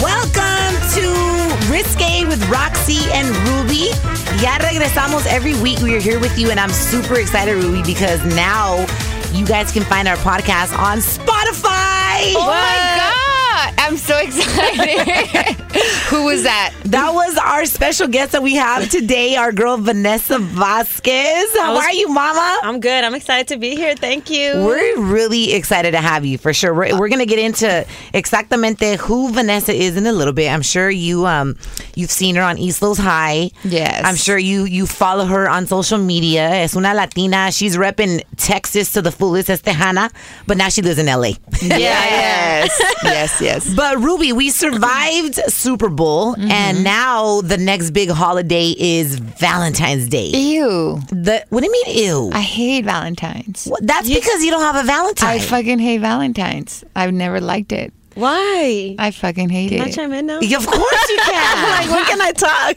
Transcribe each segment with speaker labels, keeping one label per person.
Speaker 1: Welcome to Risque with Roxy and Ruby. Ya regresamos every week. We are here with you, and I'm super excited, Ruby, because now you guys can find our podcast on Spotify.
Speaker 2: Oh my God! I'm so excited. Who was that?
Speaker 1: That was our special guest that we have today, our girl Vanessa Vasquez. How are you, mama?
Speaker 3: I'm good. I'm excited to be here. Thank you.
Speaker 1: We're really excited to have you for sure. We're, we're going to get into exactamente who Vanessa is in a little bit. I'm sure you um you've seen her on East Los High.
Speaker 2: Yes.
Speaker 1: I'm sure you you follow her on social media. Es una Latina. She's repping Texas to the fullest, es Tejana, but now she lives in LA.
Speaker 2: Yes, yes, yes.
Speaker 1: But Ruby, we survived Super Bowl, and now the next big holiday is Valentine's Day.
Speaker 2: Ew!
Speaker 1: The what do you mean? Ew.
Speaker 2: I hate Valentine's.
Speaker 1: Well, That's because you don't have a Valentine.
Speaker 2: I fucking hate Valentine's. I've never liked it.
Speaker 3: Why?
Speaker 2: I fucking hate
Speaker 3: Can I
Speaker 2: it.
Speaker 3: chime in now?
Speaker 1: of course you can.
Speaker 3: When can I talk?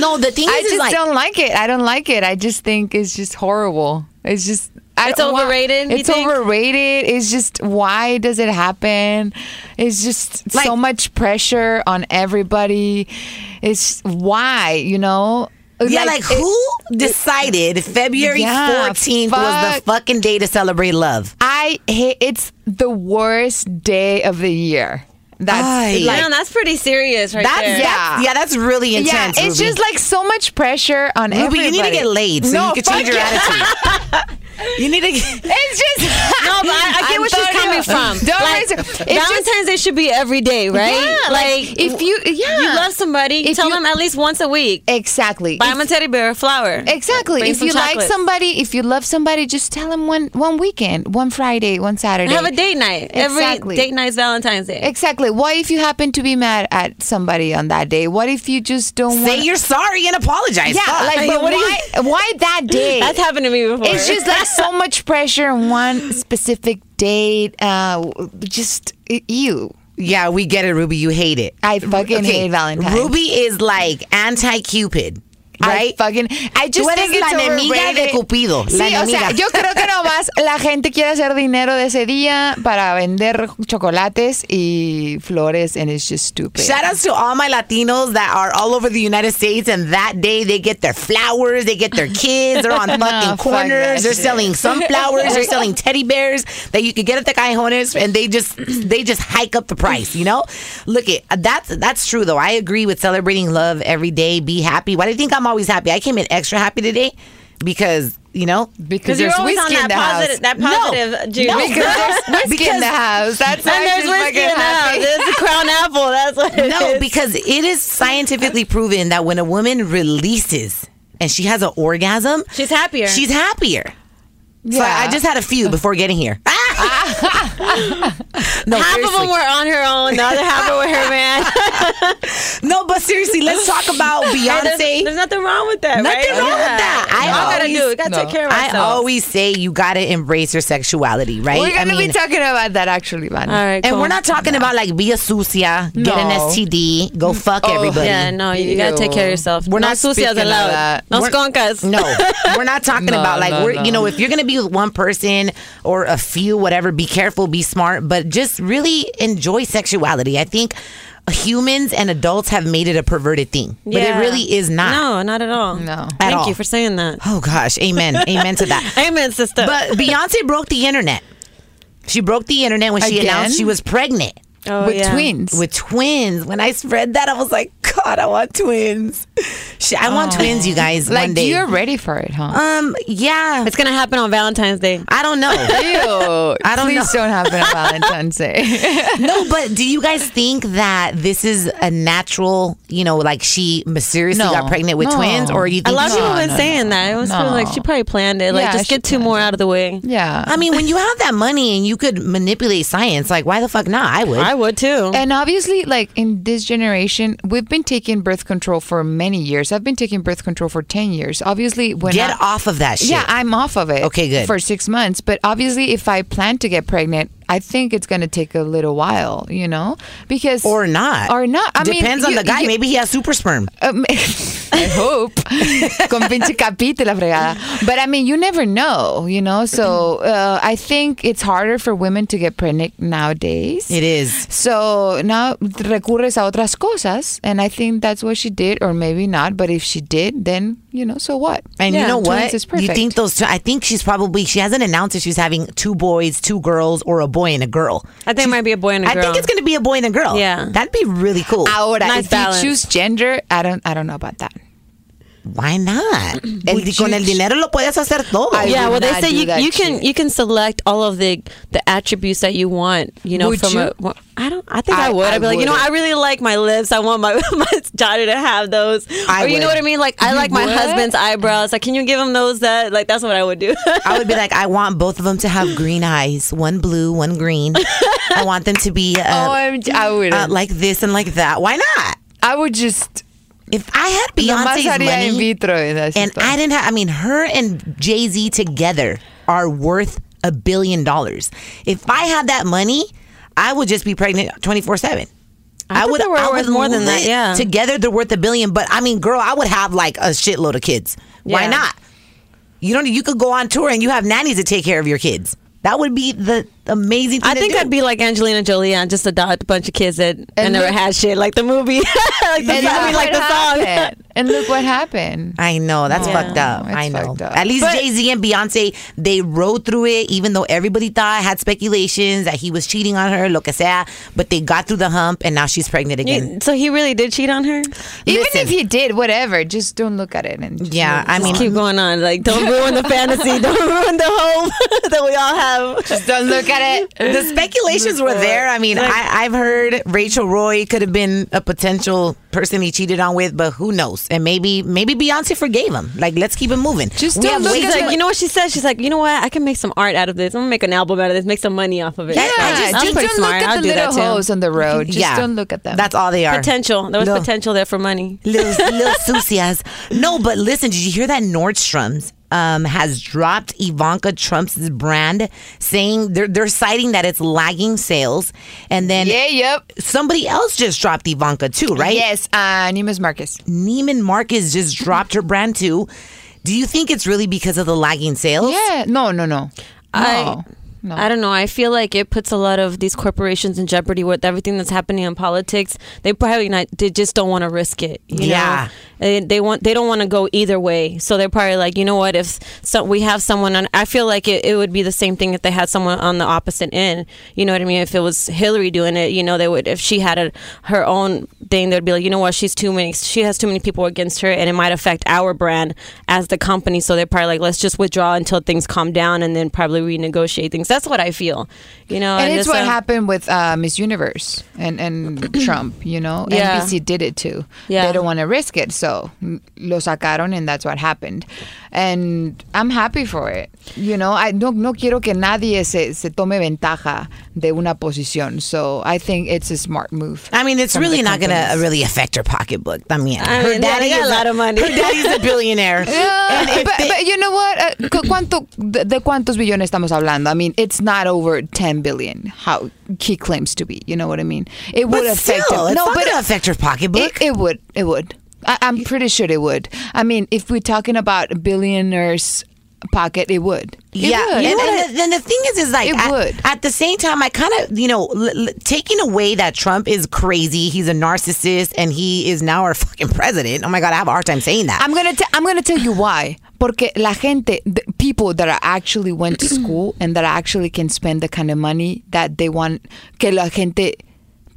Speaker 1: no, the thing
Speaker 2: I
Speaker 1: is, is
Speaker 2: just
Speaker 1: like,
Speaker 2: don't like it. I don't like it. I just think it's just horrible. It's just. I
Speaker 3: It's
Speaker 2: don't want-
Speaker 3: overrated, you
Speaker 2: it's
Speaker 3: think?
Speaker 2: overrated. It's just why does it happen? It's just so
Speaker 1: Like-
Speaker 2: much pressure on everybody. It's why you know.
Speaker 1: yeah, like,
Speaker 2: it-
Speaker 1: who decided February
Speaker 2: Yeah,
Speaker 1: 14th was the
Speaker 2: fuck.
Speaker 1: fucking day to celebrate love?
Speaker 2: I hate. It's the worst day of the year. That's
Speaker 1: Ay.
Speaker 2: like
Speaker 3: Damn, that's pretty serious right
Speaker 1: That's,
Speaker 3: there.
Speaker 1: yeah. that's yeah, that's really
Speaker 2: yeah.
Speaker 1: intense.
Speaker 2: It's
Speaker 1: Ruby.
Speaker 2: just like so much pressure on
Speaker 1: Ruby,
Speaker 2: everybody.
Speaker 1: you need to get laid so
Speaker 2: no,
Speaker 1: you can change
Speaker 2: fuck
Speaker 1: your
Speaker 2: yeah.
Speaker 1: attitude. you need to. Get,
Speaker 2: It's just
Speaker 3: No, but I, I get
Speaker 2: I'm
Speaker 3: what she's
Speaker 2: sorry.
Speaker 3: coming from.
Speaker 2: Don't raise-
Speaker 3: like,
Speaker 2: it's
Speaker 3: Valentine's
Speaker 2: just-
Speaker 3: Day should be every day, right?
Speaker 2: Yeah, like, if you- yeah.
Speaker 3: you love somebody,
Speaker 2: If
Speaker 3: tell
Speaker 2: you-
Speaker 3: them at least once a week.
Speaker 2: exactly.
Speaker 3: Buy them a teddy bear, a flower.
Speaker 2: Exactly.
Speaker 3: Bring
Speaker 2: if
Speaker 3: some
Speaker 2: you like
Speaker 3: chocolates.
Speaker 2: somebody, if you love somebody, just tell them one one weekend, one Friday, one Saturday.
Speaker 3: have a date night.
Speaker 2: Exactly.
Speaker 3: Every date night is Valentine's Day.
Speaker 2: Exactly. What if you happen to be mad at somebody on that day? What if you just don't
Speaker 1: say
Speaker 2: want?
Speaker 1: you're sorry and apologize.
Speaker 2: yeah,
Speaker 1: Fuck.
Speaker 2: like, but
Speaker 3: what do
Speaker 2: why? why that day?
Speaker 3: That's happened to me before.
Speaker 2: it's just like so much pressure on one specific date. Uh, just you.
Speaker 1: yeah, we get it, Ruby. You hate it.
Speaker 2: I fucking hate Valentine's.
Speaker 1: Ruby is like anti Cupid, right?
Speaker 2: I fucking, I just
Speaker 1: Tú eres
Speaker 2: think it's
Speaker 1: la enemiga de
Speaker 2: overrated.
Speaker 1: Cupido, la
Speaker 2: Sí, o sea,
Speaker 1: enemiga.
Speaker 2: yo creo que nomás la gente quiere hacer dinero de ese día para vender chocolates y flores, and it's just stupid.
Speaker 1: Shout outs to all my Latinos that are all over the United States, and that day they get their flowers, they get their kids, they're on fucking
Speaker 2: fuck that
Speaker 1: corners, they're
Speaker 2: shit.
Speaker 1: selling sunflowers, they're selling teddy bears that you could get at the cajones, and they just they just hike up the price. You know, look it, that's that's true though. I agree with celebrating love every day. Be happy. Why do you think I'm always happy? I came in extra happy today because you know
Speaker 2: because
Speaker 3: because you're
Speaker 2: there's
Speaker 3: always on
Speaker 2: whiskey in
Speaker 3: that
Speaker 2: the
Speaker 3: positive,
Speaker 2: house.
Speaker 3: that positive juice.
Speaker 1: No,
Speaker 2: Because there's whiskey in the house. That's why
Speaker 3: and
Speaker 2: I'm
Speaker 3: there's
Speaker 2: just
Speaker 3: whiskey
Speaker 2: fucking
Speaker 3: in the house.
Speaker 2: happy.
Speaker 3: There's the crown apple. That's what it
Speaker 1: No,
Speaker 3: is.
Speaker 1: because it is scientifically proven that when a woman releases and she has an orgasm,
Speaker 3: She's happier.
Speaker 1: She's happier. So
Speaker 2: Yeah.
Speaker 1: I just had a few before getting here. no,
Speaker 3: half of
Speaker 1: seriously.
Speaker 3: them were on her own. The other half were with her man.
Speaker 1: no, but seriously, let's talk about
Speaker 3: There's,
Speaker 1: Beyonce.
Speaker 3: there's nothing wrong with that.
Speaker 1: Nothing
Speaker 3: right?
Speaker 1: wrong with that.
Speaker 3: I
Speaker 1: I
Speaker 3: all gotta
Speaker 1: always-
Speaker 3: do. We gotta
Speaker 2: no.
Speaker 3: take care of
Speaker 1: I
Speaker 3: ourselves.
Speaker 1: always say you gotta embrace your sexuality, right?
Speaker 2: We're
Speaker 1: I
Speaker 2: gonna
Speaker 1: mean,
Speaker 2: be talking about that actually, man.
Speaker 3: All right,
Speaker 1: and
Speaker 3: cool.
Speaker 1: we're not talking about like be a sucia, get an
Speaker 2: No.
Speaker 1: STD, go fuck everybody.
Speaker 3: Oh, Yeah, no, you gotta take care of yourself.
Speaker 1: We're
Speaker 3: no
Speaker 1: not speaking
Speaker 3: sucias
Speaker 1: of
Speaker 3: allowed.
Speaker 1: that.
Speaker 3: No
Speaker 1: We're-
Speaker 3: sconcas.
Speaker 1: No, we're not talking
Speaker 2: No,
Speaker 1: about like
Speaker 2: no,
Speaker 1: we're
Speaker 2: no.
Speaker 1: you know if you're gonna be with one person or a few, whatever. Be careful, be smart, but just really enjoy sexuality. I think humans and adults have made it a perverted thing, but it
Speaker 3: Yeah.
Speaker 1: really is not.
Speaker 3: No, not at all.
Speaker 2: No.
Speaker 1: At
Speaker 3: Thank
Speaker 1: all.
Speaker 3: you for saying that.
Speaker 1: Oh gosh, amen, amen to that.
Speaker 3: Amen, sister.
Speaker 1: But Beyonce broke the internet. She broke the internet when she
Speaker 2: Again?
Speaker 1: announced she was pregnant
Speaker 3: Oh,
Speaker 2: with
Speaker 3: yeah.
Speaker 2: twins.
Speaker 1: with twins. When I read that, I was like, God, I want twins. She, I want twins, you guys. one
Speaker 2: Oh. like
Speaker 1: day.
Speaker 2: you're ready for it, huh?
Speaker 1: um, yeah.
Speaker 3: It's gonna happen on Valentine's Day.
Speaker 1: I don't know.
Speaker 2: Ew.
Speaker 1: I don't
Speaker 2: Please
Speaker 1: know.
Speaker 2: don't happen on Valentine's Day.
Speaker 1: no, but do you guys think that this is a natural? You know, like she mysteriously
Speaker 2: No.
Speaker 1: got pregnant with
Speaker 2: No.
Speaker 1: twins, or you
Speaker 3: A
Speaker 1: think?
Speaker 3: lot of
Speaker 1: she-
Speaker 3: people have been
Speaker 2: no,
Speaker 3: saying that. I was feeling like
Speaker 2: no.
Speaker 3: she probably planned it. Like
Speaker 2: Yeah,
Speaker 3: just
Speaker 2: she
Speaker 3: get two more out of the way.
Speaker 2: yeah.
Speaker 1: I mean, when you have that money and you could manipulate science, like why the fuck not? I would.
Speaker 3: I would too.
Speaker 2: And obviously, like in this generation, we've been taking birth control for many years. I've been taking birth control for 10 years. Obviously, when
Speaker 1: Get
Speaker 2: I-
Speaker 1: off of that shit.
Speaker 2: Yeah, I'm off of it.
Speaker 1: Okay, good.
Speaker 2: For six months. But obviously, if I plan to get pregnant, I think it's going to take a little while, you know? Because.
Speaker 1: or not.
Speaker 2: Or not. I mean,
Speaker 1: depends on
Speaker 2: you-
Speaker 1: the guy.
Speaker 2: you-
Speaker 1: Maybe he has super sperm.
Speaker 2: Um, I hope. Con pinche capite la fregada. But I mean, you never know, you know? So uh, I think it's harder for women to get pregnant nowadays.
Speaker 1: It is.
Speaker 2: So now recurres a otras cosas, and I think that's what she did, or maybe not. But if she did, then you know, so what?
Speaker 1: And you
Speaker 2: Yeah,
Speaker 1: know
Speaker 2: twins
Speaker 1: what?
Speaker 2: Is
Speaker 1: You
Speaker 2: perfect.
Speaker 1: think those? Two, I think she's probably she hasn't announced if she's having two boys, two girls, or a boy and a girl.
Speaker 3: I think it might be a boy and a
Speaker 1: I
Speaker 3: girl.
Speaker 1: think it's going to be a boy and a girl.
Speaker 3: Yeah.
Speaker 1: that'd be really cool.
Speaker 2: Ahora,
Speaker 3: Nice
Speaker 2: if
Speaker 3: balance.
Speaker 2: you choose gender, I don't, I don't know about that.
Speaker 1: Why not? El,
Speaker 2: Would
Speaker 1: con
Speaker 2: you-
Speaker 1: el dinero lo puedes hacer todo.
Speaker 2: I
Speaker 3: yeah,
Speaker 2: would
Speaker 3: well, they
Speaker 2: not
Speaker 3: say
Speaker 2: do
Speaker 3: you,
Speaker 2: that
Speaker 3: you can
Speaker 2: shit.
Speaker 3: you can select all of the the attributes that you want. You know,
Speaker 2: Would
Speaker 3: from
Speaker 2: you?
Speaker 3: a well, I don't. I think
Speaker 2: I-
Speaker 3: I, would.
Speaker 2: I
Speaker 3: I'd be like, you know,
Speaker 2: wouldn't.
Speaker 3: I really like my lips. I want my my daughter to have those.
Speaker 1: I
Speaker 3: or you know
Speaker 1: would.
Speaker 3: what I mean? Like, I
Speaker 2: You
Speaker 3: like my
Speaker 2: would?
Speaker 3: husband's eyebrows. Like, can you give him those? That like that's what I would do.
Speaker 1: I would be like, I want both of them to have green eyes, one blue, one green. I want them to be uh,
Speaker 2: OMG, Oh, I would,
Speaker 1: uh, like this and like that. Why not?
Speaker 2: I would just
Speaker 1: If I had
Speaker 2: nomás
Speaker 1: Beyonce's
Speaker 2: haría in
Speaker 1: money
Speaker 2: vitro y that's
Speaker 1: and
Speaker 2: it.
Speaker 1: I didn't have, I mean, her and Jay Z together are worth a billion dollars. If I had that money, I would just be pregnant twenty four seven. I,
Speaker 3: thought
Speaker 1: would.
Speaker 3: they were
Speaker 1: I
Speaker 3: worth
Speaker 1: would
Speaker 3: more than that,
Speaker 1: live-
Speaker 3: yeah.
Speaker 1: Together, they're worth a billion. But I mean, girl, I would have like a shitload of kids. Why
Speaker 3: Yeah.
Speaker 1: not? You don't. You could go on tour and you have nannies to take care of your kids. That would be the amazing. thing
Speaker 3: I
Speaker 1: to
Speaker 3: think
Speaker 1: do.
Speaker 3: I'd be like Angelina Jolie and just adopt a bunch of kids that and never
Speaker 2: look-
Speaker 3: had shit, like the movie, like the,
Speaker 2: and
Speaker 3: I mean,
Speaker 2: look what
Speaker 3: like the song.
Speaker 2: happened. And look what happened.
Speaker 1: I know that's
Speaker 3: Yeah.
Speaker 1: fucked up.
Speaker 2: It's
Speaker 1: I know.
Speaker 2: fucked up.
Speaker 1: At least
Speaker 2: But-
Speaker 1: Jay Z and Beyonce they rode through it, even though everybody thought had speculations that he was cheating on her, lo que sea. But they got through the hump, and now she's pregnant again.
Speaker 3: You- so he really did cheat on her.
Speaker 2: Even
Speaker 1: Listen.
Speaker 2: if he did, whatever, just don't look at it. And just
Speaker 1: yeah, I mean,
Speaker 3: Just keep going on. Like, don't ruin the fantasy. Don't ruin the hope that we all have.
Speaker 2: don't look at it.
Speaker 1: the speculations were there. I mean, I, I've heard Rachel Roy could have been a potential person he cheated on with, but who knows? And maybe maybe Beyonce forgave him. Like, let's keep it moving.
Speaker 2: Just
Speaker 1: We
Speaker 2: don't
Speaker 1: have
Speaker 2: look
Speaker 1: way
Speaker 2: at
Speaker 3: She's
Speaker 1: too
Speaker 3: like,
Speaker 1: much-
Speaker 3: you know what she said? She's like, you know what? I can make some art out of this. I'm gonna make an album out of this. Make some money off of it.
Speaker 1: Yeah,
Speaker 3: That's-
Speaker 1: just-
Speaker 3: that's
Speaker 2: uh, just
Speaker 3: pretty
Speaker 2: don't
Speaker 3: smart.
Speaker 2: look at
Speaker 3: I'll
Speaker 2: the
Speaker 3: do
Speaker 2: little
Speaker 3: that too.
Speaker 2: hoes on the road. Just don't look at them.
Speaker 1: That's all they are.
Speaker 3: Potential. There was
Speaker 1: No.
Speaker 3: potential there for money.
Speaker 1: little, little sucias. No, but listen, did you hear that Nordstrom's um, has dropped Ivanka Trump's brand, saying they're they're citing that it's lagging sales, and then
Speaker 2: yeah, yep.
Speaker 1: somebody else just dropped Ivanka too, right?
Speaker 2: Yes, uh, Nima's Marcus.
Speaker 1: Neiman Marcus just dropped her brand too. Do you think it's really because of the lagging sales?
Speaker 2: Yeah, no, no, no.
Speaker 3: I-
Speaker 2: no. no.
Speaker 3: I don't know. I feel like it puts a lot of these corporations in jeopardy with everything that's happening in politics. They probably not. They just don't want to risk it. You
Speaker 1: Yeah.
Speaker 3: Know? They, Eh, they want. They don't want to go either way. So they're probably like, you know what? If so, we have someone on, I feel like it, it would be the same thing if they had someone on the opposite end. You know what I mean? If it was Hillary doing it, you know, they would. If she had a, her own thing, they'd be like, you know what? She's too many. She has too many people against her, and it might affect our brand as the company. So they're probably like, let's just withdraw until things calm down, and then probably renegotiate things. That's what I feel. You know,
Speaker 2: and it's what
Speaker 3: uh,
Speaker 2: happened with uh, Miss Universe and, and Trump, you know?
Speaker 3: Yeah.
Speaker 2: NBC did it too.
Speaker 3: Yeah.
Speaker 2: They don't want to risk it, so mm, lo sacaron and that's what happened. And I'm happy for it. You know, I no, no quiero que nadie se, se tome ventaja de una posición. So I think it's a smart move.
Speaker 1: I mean, it's
Speaker 2: from the
Speaker 1: really not going to
Speaker 2: companies.
Speaker 1: really affect her pocketbook. I mean,
Speaker 3: I
Speaker 1: her
Speaker 3: mean, yeah, they got a lot of money.
Speaker 1: Her daddy's a billionaire.
Speaker 2: Yeah, eh, but, but you know what? Uh, cu- ¿cuánto, de, de cuántos billones estamos hablando? I mean, it's not over 10 billion, how he claims to be. You know what I mean? It
Speaker 1: But
Speaker 2: would affect
Speaker 1: still,
Speaker 2: him.
Speaker 1: it's
Speaker 2: no,
Speaker 1: not
Speaker 2: but
Speaker 1: gonna affect her pocketbook.
Speaker 2: It, it would. It would. I, I'm pretty sure it would. I mean, if we're talking about billionaires pocket, it would.
Speaker 1: yeah,
Speaker 2: It would.
Speaker 1: and, and, and the thing is, is like
Speaker 2: It
Speaker 1: at,
Speaker 2: would.
Speaker 1: at the same time, I kind of you know l- l- taking away that Trump is crazy. He's a narcissist, and he is now our fucking president. Oh my god, I have a hard time saying that.
Speaker 2: I'm gonna t- I'm gonna tell you why. Porque la gente, the people that are actually went to school and that actually can spend the kind of money that they want, que la gente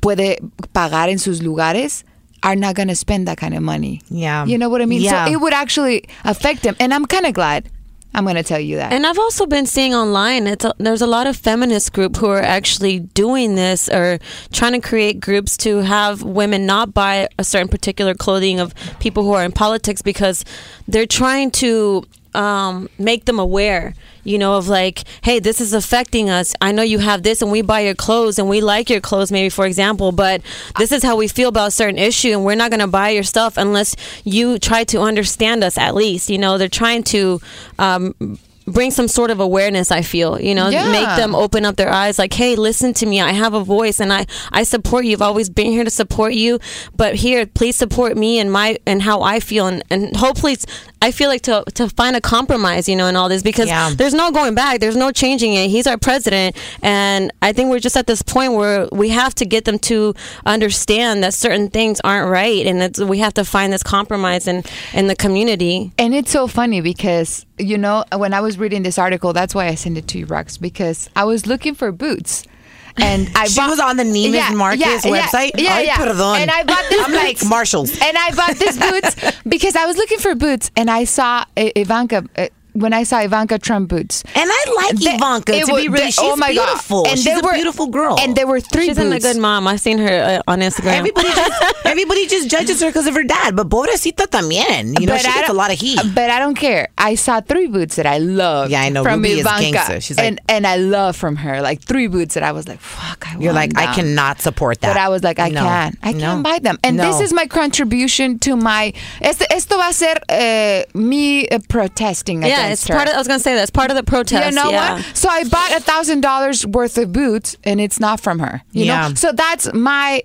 Speaker 2: puede pagar en sus lugares, are not gonna spend that kind of money.
Speaker 1: Yeah.
Speaker 2: you know what I mean.
Speaker 1: Yeah.
Speaker 2: So it would actually affect them, and I'm kind of glad. I'm gonna tell you that.
Speaker 3: And I've also been seeing online, it's a, there's a lot of feminist group who are actually doing this or trying to create groups to have women not buy a certain particular clothing of people who are in politics because they're trying to um, make them aware, you know, of like, hey, this is affecting us. I know you have this, and we buy your clothes, and we like your clothes, maybe for example, but this is how we feel about a certain issue, and we're not going to buy your stuff unless you try to understand us at least. You know, they're trying to. Um, bring some sort of awareness i feel you know
Speaker 2: Yeah.
Speaker 3: make them open up their eyes like hey listen to me i have a voice and i i support you i've always been here to support you but here please support me and my and how i feel and, and hopefully it's- i feel like to to find a compromise you know in all this because
Speaker 1: Yeah.
Speaker 3: there's no going back there's no changing it he's our president and i think we're just at this point where we have to get them to understand that certain things aren't right and it's, we have to find this compromise in in the community
Speaker 2: And it's so funny because, you know, when I was reading this article, that's why I sent it to you, Rox, because I was looking for boots. And I
Speaker 1: She
Speaker 2: bought-
Speaker 1: was on the Neiman Marcus website?
Speaker 2: Yeah,
Speaker 1: Ay,
Speaker 2: yeah.
Speaker 1: perdón.
Speaker 2: And I bought these
Speaker 1: I'm like
Speaker 2: boots.
Speaker 1: Marshalls.
Speaker 2: And I bought these boots because I was looking for boots and I saw I- Ivanka, uh, when I saw Ivanka Trump boots.
Speaker 1: And I like
Speaker 2: They-
Speaker 1: Ivanka.
Speaker 2: it oh
Speaker 1: To
Speaker 2: wa-
Speaker 1: be really,
Speaker 2: they-
Speaker 1: she's beautiful. she's
Speaker 2: there
Speaker 1: a beautiful girl.
Speaker 2: And there were three
Speaker 3: she's
Speaker 2: boots.
Speaker 3: been a good mom i've seen her uh, on instagram
Speaker 1: Everybody just, everybody just judges her because of her dad, but pobrecita también. You know, she
Speaker 2: I
Speaker 1: gets a
Speaker 2: don't-
Speaker 1: lot of heat.
Speaker 2: But I don't care. I saw three boots that I love.
Speaker 1: Yeah, I know.
Speaker 2: From
Speaker 1: Ruby is
Speaker 2: Ivanka,
Speaker 1: gangster. She's like-
Speaker 2: and and I love from her like three boots that I was like, fuck, I.
Speaker 1: You're
Speaker 2: want
Speaker 1: like, I
Speaker 2: them.
Speaker 1: cannot support that.
Speaker 2: But I was like, I
Speaker 1: No.
Speaker 2: can't. I
Speaker 1: No.
Speaker 2: can't buy them. And
Speaker 1: No.
Speaker 2: this is my contribution to my. Este, esto va a ser eh, me eh, protesting
Speaker 3: Yeah,
Speaker 2: against
Speaker 3: it's
Speaker 2: her.
Speaker 3: part of. I was gonna say that's part of the protest.
Speaker 2: You know
Speaker 3: yeah.
Speaker 2: what? So I bought a thousand dollars worth of boots, and it's not from her. You
Speaker 1: Yeah.
Speaker 2: know, so that's my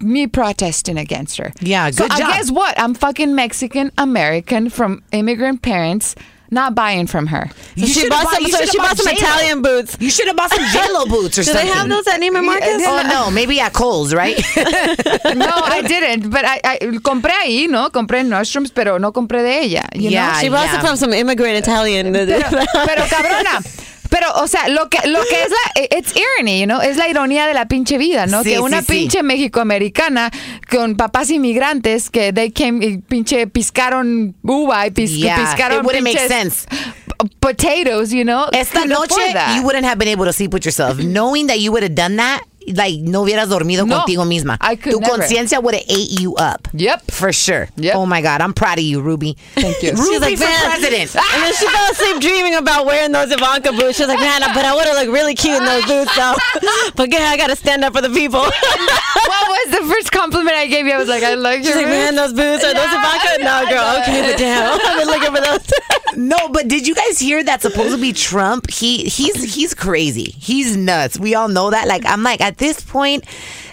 Speaker 2: me protesting against her.
Speaker 1: Yeah,
Speaker 2: so
Speaker 1: good
Speaker 2: I
Speaker 1: job.
Speaker 2: guess what? I'm fucking Mexican American from immigrant parents, not buying from her.
Speaker 1: You
Speaker 3: she
Speaker 1: should've
Speaker 3: bought some-
Speaker 1: you
Speaker 3: so
Speaker 1: should've
Speaker 3: she bought some
Speaker 1: J-Lo.
Speaker 3: Italian boots.
Speaker 1: You should have bought some J-Lo boots or
Speaker 3: Do
Speaker 1: something.
Speaker 3: they have those at Neiman Marcus?
Speaker 1: Oh, no. Maybe at Kohl's, right?
Speaker 2: no, I didn't. But I, I compré ahí, no, compré nostrums, pero no compré de ella. You know?
Speaker 1: Yeah,
Speaker 3: she bought
Speaker 1: yeah.
Speaker 3: it from some immigrant Italian.
Speaker 2: Pero cabrona. Pero, o sea, lo que, lo que es la. eh, It's irony, you know? Es la ironía de la pinche vida, ¿no?
Speaker 1: Sí,
Speaker 2: que una
Speaker 1: sí, sí.
Speaker 2: pinche mexicoamericana con papás inmigrantes que they came y pinche piscaron uva y pis-
Speaker 1: Yeah,
Speaker 2: piscaron.
Speaker 1: it wouldn't make
Speaker 2: pinches
Speaker 1: sense.
Speaker 2: p- Potatoes, you know?
Speaker 1: Esta
Speaker 2: Couldn't
Speaker 1: noche,
Speaker 2: afford that.
Speaker 1: you wouldn't have been able to sleep with yourself. Knowing that you would have done that, like, no hubieras dormido
Speaker 2: No,
Speaker 1: contigo misma.
Speaker 2: I could
Speaker 1: tu
Speaker 2: never.
Speaker 1: conciencia would have ate you up.
Speaker 2: Yep.
Speaker 1: For sure.
Speaker 2: Yep.
Speaker 1: Oh, my God. I'm proud of you, Ruby.
Speaker 2: Thank you. She's
Speaker 1: Ruby
Speaker 3: She's like,
Speaker 1: for
Speaker 3: man.
Speaker 1: president.
Speaker 3: And then she fell asleep dreaming about wearing those Ivanka boots. She's like, man, but I would have looked really cute in those boots, though. But yeah, I gotta stand up for the people.
Speaker 2: What was the first compliment I gave you? I was like, I like
Speaker 3: She's
Speaker 2: your
Speaker 3: like, man, those boots are those Ivanka? No, girl. Okay, but damn, I've been looking for those.
Speaker 1: No, but did you guys hear that supposedly Trump, he he's he's crazy. He's nuts. We all know that. Like I'm like at this point,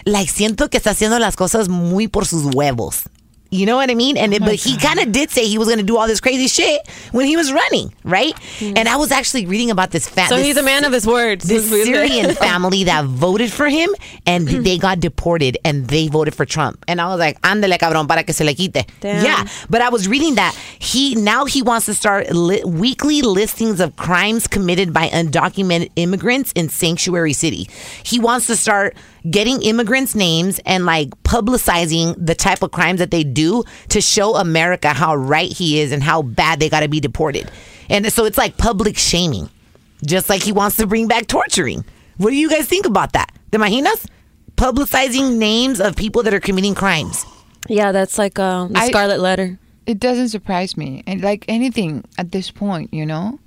Speaker 1: like siento que está haciendo las cosas muy por sus huevos. You know what I mean? And
Speaker 3: Oh
Speaker 1: it, but he kind of did say he was going to do all this crazy shit when he was running, right? And I was actually reading about this fat
Speaker 3: Hmm. So
Speaker 1: this
Speaker 3: he's a man of his words.
Speaker 1: this Syrian family that voted for him and they got deported and they voted for Trump. And I was like, andele cabrón para que se le quite.
Speaker 3: Damn.
Speaker 1: Yeah. But I was reading that he now he wants to start li- weekly listings of crimes committed by undocumented immigrants in sanctuary city. He wants to start getting immigrants names and like publicizing the type of crimes that they do to show America how right he is and how bad they got to be deported. And so it's like public shaming just like he wants to bring back torturing. What do you guys think about that? The Mahinas publicizing names of people that are committing crimes.
Speaker 3: Yeah, that's like um, the
Speaker 2: I-
Speaker 3: Scarlet Letter.
Speaker 2: It doesn't surprise me. And like anything at this point, you know?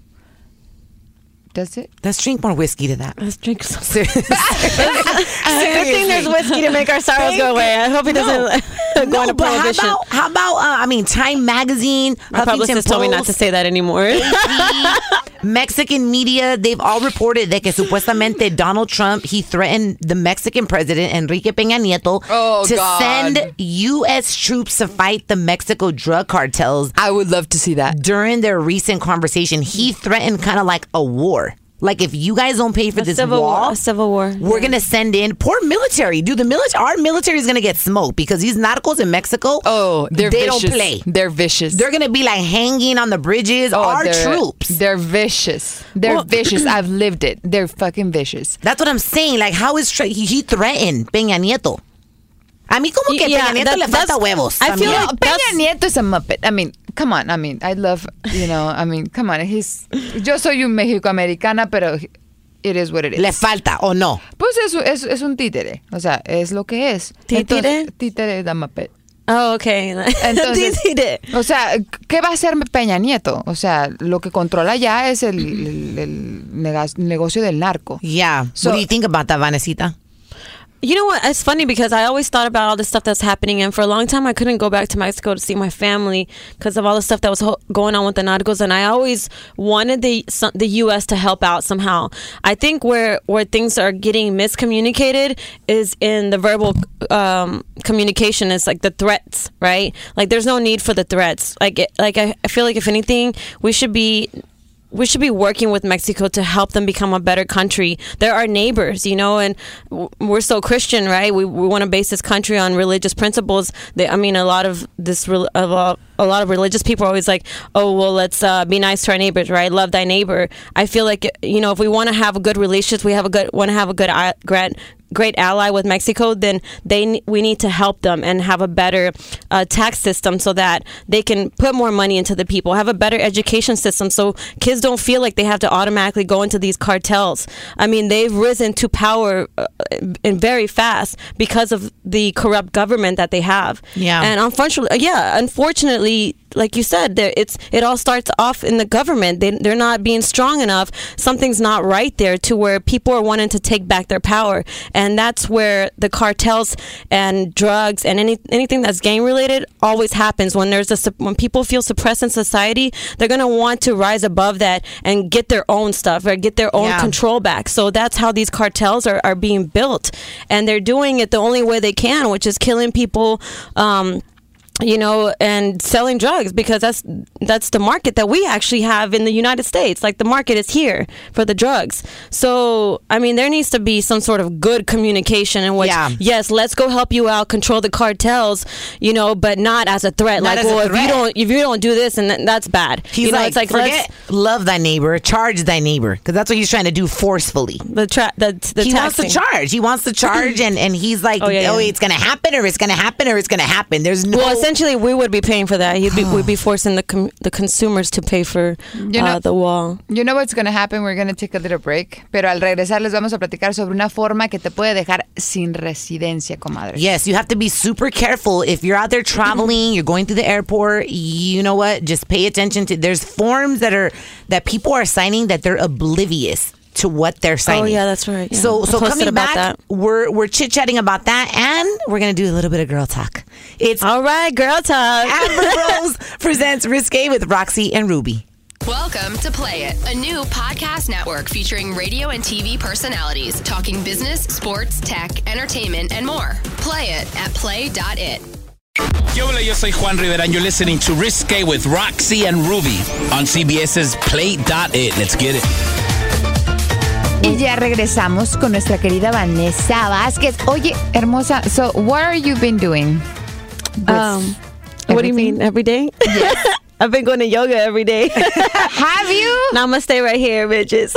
Speaker 2: Does it?
Speaker 1: Let's drink more whiskey to that.
Speaker 3: Let's drink some.
Speaker 1: Seriously.
Speaker 3: Good thing there's whiskey to make our sorrows go away. I hope it doesn't go
Speaker 1: No,
Speaker 3: into
Speaker 1: but how
Speaker 3: prohibition.
Speaker 1: about how about uh, I mean Time Magazine,
Speaker 3: My
Speaker 1: Huffington
Speaker 3: publicist told me not to
Speaker 1: Post,
Speaker 3: say that anymore.
Speaker 1: AP, Mexican media, they've all reported that que supuestamente Donald Trump, he threatened the Mexican president, Enrique Peña Nieto,
Speaker 2: Oh,
Speaker 1: to
Speaker 2: God.
Speaker 1: send U.S. troops to fight the Mexico drug cartels
Speaker 2: I would love to see that.
Speaker 1: during their recent conversation, he threatened kind of like a war. Like if you guys don't pay for this
Speaker 3: civil war-
Speaker 1: wall,
Speaker 3: a civil war,
Speaker 1: we're gonna send in poor military. Dude, the military, our military is gonna get smoked because these narcos in Mexico.
Speaker 2: Oh, they're
Speaker 1: they
Speaker 2: vicious.
Speaker 1: don't play.
Speaker 2: They're vicious.
Speaker 1: They're gonna be like hanging on the bridges.
Speaker 2: Oh,
Speaker 1: our
Speaker 2: they're-
Speaker 1: troops.
Speaker 2: They're vicious. They're
Speaker 1: Well-
Speaker 2: vicious. I've lived it. They're fucking vicious.
Speaker 1: That's what I'm saying. Like how is tra- he, he threatened Peña Nieto? A mí como que
Speaker 3: Yeah,
Speaker 1: Peña Nieto
Speaker 3: that-
Speaker 1: le
Speaker 3: that's-
Speaker 1: falta huevos.
Speaker 3: I feel
Speaker 1: también.
Speaker 3: like that's-
Speaker 2: Peña Nieto is a muppet. I mean, come on. I mean, I love, you know, I mean, come on. He's, yo soy un Mexicoamericana, pero it is what it is.
Speaker 1: le falta o no.
Speaker 2: Pues es, es, es un títere. O sea, es lo que es.
Speaker 3: ¿Títere?
Speaker 2: Entonces, títere de muppet.
Speaker 3: Oh, okay.
Speaker 2: Entonces,
Speaker 3: They did it.
Speaker 2: o sea, ¿qué va a hacer Peña Nieto? O sea, lo que controla ya es el, el- el nega- negocio del narco.
Speaker 1: Yeah.
Speaker 2: So-
Speaker 1: what do you think about that, Vanesita?
Speaker 3: You know what? It's funny because I always thought about all the stuff that's happening, and for a long time I couldn't go back to Mexico to see my family because of all the stuff that was ho- going on with the narcos. And I always wanted the so- the U.S. to help out somehow. I think where where things are getting miscommunicated is in the verbal um, communication. It's like the threats, right? Like there's no need for the threats. Like it, like I, I feel like if anything, we should be we should be working with Mexico to help them become a better country. They're our neighbors, you know, and w- we're so Christian, right? We, we want to base this country on religious principles. They, I mean, a lot of this, rel- a lot, a lot of religious people are always like, oh, well, let's uh, be nice to our neighbors, right? Love thy neighbor. I feel like, you know, if we want to have a good relationship, we have a good, want to have a good i- grant great ally with Mexico, then they ne- we need to help them and have a better uh, tax system so that they can put more money into the people, have a better education system so kids don't feel like they have to automatically go into these cartels. I mean, they've risen to power uh, and very fast because of the corrupt government that they have.
Speaker 1: Yeah.
Speaker 3: and unfortunately, uh, yeah, unfortunately, like you said, there it's it all starts off in the government. They they're not being strong enough. Something's not right there to where people are wanting to take back their power, and that's where the cartels and drugs and any anything that's gang related always happens. When there's a sup- when people feel suppressed in society, they're gonna want to rise above that and get their own stuff or get their own
Speaker 1: Yeah.
Speaker 3: control control back. So that's how these cartels are, are being built. And they're doing it the only way they can, which is killing people. Um, you know, and selling drugs because that's that's the market that we actually have in the United States. Like the market is here for the drugs. So I mean, there needs to be some sort of good communication in which,
Speaker 1: Yeah.
Speaker 3: yes, let's go help you out, control the cartels, you know, but not as a threat.
Speaker 1: Not
Speaker 3: like,
Speaker 1: as a
Speaker 3: well, if you
Speaker 1: threat.
Speaker 3: don't if you don't do this, and th- that's bad.
Speaker 1: He's
Speaker 3: you know,
Speaker 1: like,
Speaker 3: it's like
Speaker 1: forget love thy neighbor, charge thy neighbor, because that's what he's trying to do forcefully.
Speaker 3: let's the tra- the the
Speaker 1: he wants to
Speaker 3: taxing.
Speaker 1: charge. He wants to charge, and, and he's like, oh,
Speaker 3: Oh, yeah, yeah.
Speaker 1: it's gonna happen, or it's gonna happen, or it's gonna happen. There's no.
Speaker 3: Well, essentially, we would be paying for that. You'd be, we'd be forcing the com- the consumers to pay for
Speaker 2: You know-
Speaker 3: uh, the wall.
Speaker 2: You know what's gonna happen? We're gonna take a little break. Pero al regresar les vamos a platicar sobre una forma que te puede dejar sin residencia, comadre.
Speaker 1: yes, you have to be super careful if you're out there traveling. You're going through the airport. You know what? Just pay attention to. There's forms that are that people are signing that they're oblivious to what they're signing.
Speaker 3: Oh, yeah, that's right, yeah.
Speaker 1: So
Speaker 3: I
Speaker 1: so
Speaker 3: posted
Speaker 1: coming
Speaker 3: about
Speaker 1: back,
Speaker 3: that.
Speaker 1: we're we're chit chatting about that, and we're gonna do a little bit of girl talk. It's
Speaker 3: All right, girl talk.
Speaker 1: Amber Rose presents Risque with Roxy and Ruby.
Speaker 4: Welcome to Play It, a new podcast network featuring radio and TV personalities talking business, sports, tech, entertainment, and more. Play it at play.it.
Speaker 5: Yo, hola, yo soy Juan Rivera, and you're listening to Risque with Roxy and Ruby on CBS's Play.it. Let's get it.
Speaker 2: Y ya regresamos con nuestra querida Vanessa Vázquez. Oye, hermosa, so what are you been doing?
Speaker 3: Um, what do you mean every day? I've been going to yoga every day.
Speaker 2: Have you
Speaker 3: Namaste, right here, bitches.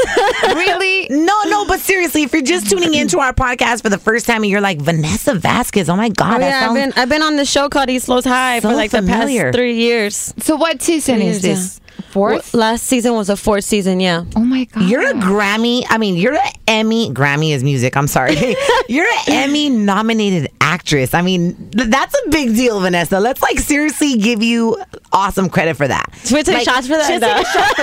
Speaker 2: really?
Speaker 1: No, no, but seriously, if you're just tuning into our podcast for the first time and you're like Vanessa Vasquez, oh my god, that
Speaker 3: yeah, I've
Speaker 1: sounds
Speaker 3: been I've been on the show called East Los High
Speaker 1: So
Speaker 3: for like
Speaker 1: familiar.
Speaker 3: the past three years.
Speaker 2: So what season is
Speaker 3: Years, yeah.
Speaker 2: this? Fourth?
Speaker 3: Last season was a fourth season. Yeah.
Speaker 2: Oh my god.
Speaker 1: You're
Speaker 3: Ah.
Speaker 1: a Grammy. I mean, you're an Emmy. Grammy is music. I'm sorry. you're an Emmy nominated actress. I mean, th- that's a big deal, Vanessa. Let's like seriously give you awesome credit for that.
Speaker 3: Should we take
Speaker 1: Like,
Speaker 3: shots for that?
Speaker 1: just take a shot for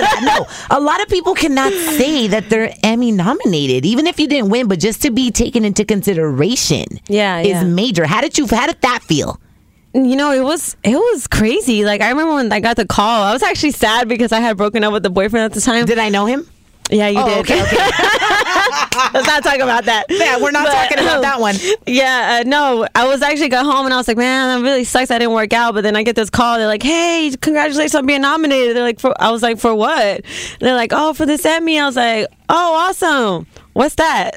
Speaker 1: that. No, a lot of people cannot say that they're Emmy nominated, even if you didn't win. But just to be taken into consideration,
Speaker 3: Yeah,
Speaker 1: is
Speaker 3: yeah.
Speaker 1: major. How did you? How did that feel?
Speaker 3: you know, it was it was crazy. Like I remember when I got the call, I was actually sad because I had broken up with the boyfriend at the time.
Speaker 1: Did I know him?
Speaker 3: yeah, you
Speaker 1: Oh,
Speaker 3: did.
Speaker 1: okay,
Speaker 3: Let's not talk about that.
Speaker 1: Yeah, we're not
Speaker 3: But,
Speaker 1: talking about that one.
Speaker 3: Yeah, uh, no, I was actually got home and I was like, man, that really sucks. I didn't work out, but then I get this call. They're like, hey, congratulations on being nominated. They're like, for, I was like, for what? And they're like, oh, for this Emmy. I was like, oh, awesome. What's that?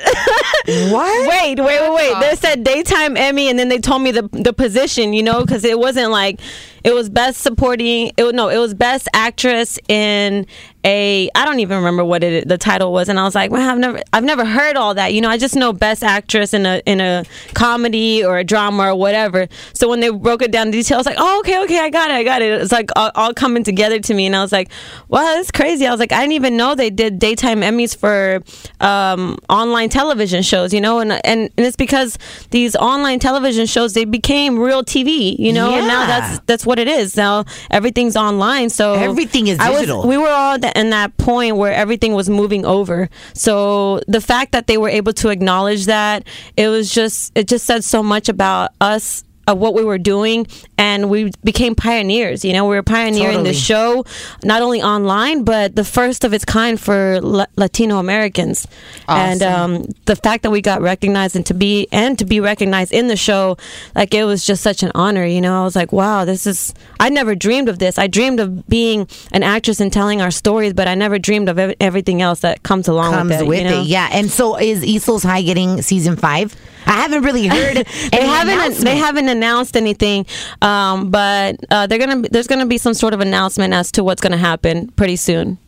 Speaker 1: What?
Speaker 3: wait, wait, wait, wait. They said daytime Emmy, and then they told me the the position, you know, because it wasn't like it was best supporting. It was- no, it was best actress in a. I don't even remember what it the title was, and I was like, well, I've never I've never heard all that, you know. I just know best actress in a in a comedy or a drama or whatever. So when they broke it down in detail, I was like, oh, okay, okay, I got it, I got it. It's like all, all coming together to me, and I was like, wow, that's crazy. I was like, I didn't even know they did daytime Emmys for um, online television shows, you know, and, and and it's because these online television shows they became real TV, you know, and now
Speaker 1: Yeah.
Speaker 3: that's that's what it is. Now everything's online, so
Speaker 1: Everything is
Speaker 3: I was-
Speaker 1: digital.
Speaker 3: we were all at that- in that point where everything was moving over. So the fact that they were able to acknowledge that it was just it just said so much about us. Of what we were doing, and we became pioneers. You know, we were pioneering the
Speaker 1: Totally.
Speaker 3: show, not only online, but the first of its kind for La- Latino Americans. And um, the fact that we got recognized and to be and to be recognized in the show, like it was just such an honor. You know, I was like, wow, this is. I never dreamed of this. I dreamed of being an actress and telling our stories, but I never dreamed of ev- everything else that comes along
Speaker 1: Comes
Speaker 3: with it.
Speaker 1: with
Speaker 3: you know?
Speaker 1: it, yeah. And so is Easels High getting season five? I haven't really heard.
Speaker 3: they
Speaker 1: any
Speaker 3: haven't they
Speaker 1: announcement.
Speaker 3: haven't announced anything, um, but uh, they're gonna be- there's gonna be some sort of announcement as to what's gonna happen pretty soon.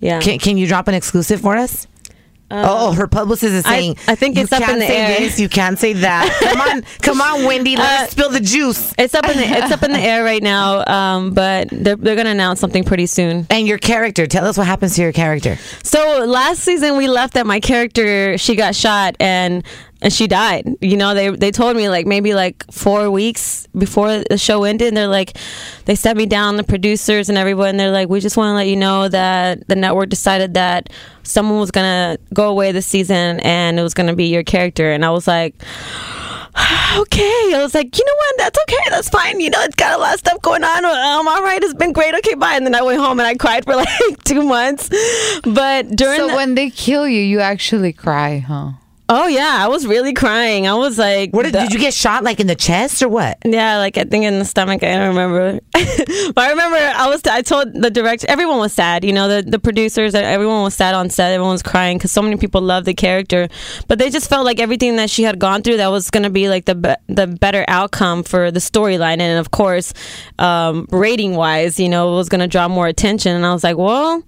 Speaker 3: Yeah.
Speaker 1: Can, can you drop an exclusive for us? oh, her publicist is
Speaker 3: Um, I-
Speaker 1: saying.
Speaker 3: I think
Speaker 1: "You
Speaker 3: it's up in
Speaker 1: can't
Speaker 3: the
Speaker 1: say
Speaker 3: air."
Speaker 1: This, you can't say that. Come on, come on, Wendy. Let's
Speaker 3: Uh,
Speaker 1: spill the juice.
Speaker 3: It's up in the it's up in the air right now, um, but they're they're gonna announce something pretty soon.
Speaker 1: And your character. Tell us what happens to your character.
Speaker 3: So last season we left that my character she got shot and and she died. You know they they told me like maybe like four weeks before the show ended. And they're like they set me down the producers and everyone. And they're like we just want to let you know that the network decided that someone was gonna go away this season and it was gonna be your character. And I was like. okay. I was like, you know what? That's okay. That's fine. You know, it's got a lot of stuff going on. Um, all right, it's been great. Okay, bye. And then I went home and I cried for like two months. But during
Speaker 2: So
Speaker 3: the-
Speaker 2: when they kill you, you actually cry, huh?
Speaker 3: oh yeah, I was really crying. I was like,
Speaker 1: What did,
Speaker 3: the-
Speaker 1: did you get shot like in the chest or what?
Speaker 3: Yeah, like I think in the stomach. I don't remember, but I remember I was. I told the director. Everyone was sad. You know, the the producers. uh, Everyone was sad on set. Everyone was crying because so many people loved the character, but they just felt like everything that she had gone through that was going to be like the be- the better outcome for the storyline, and of course, um, rating wise, you know, it was going to draw more attention. And I was like, well.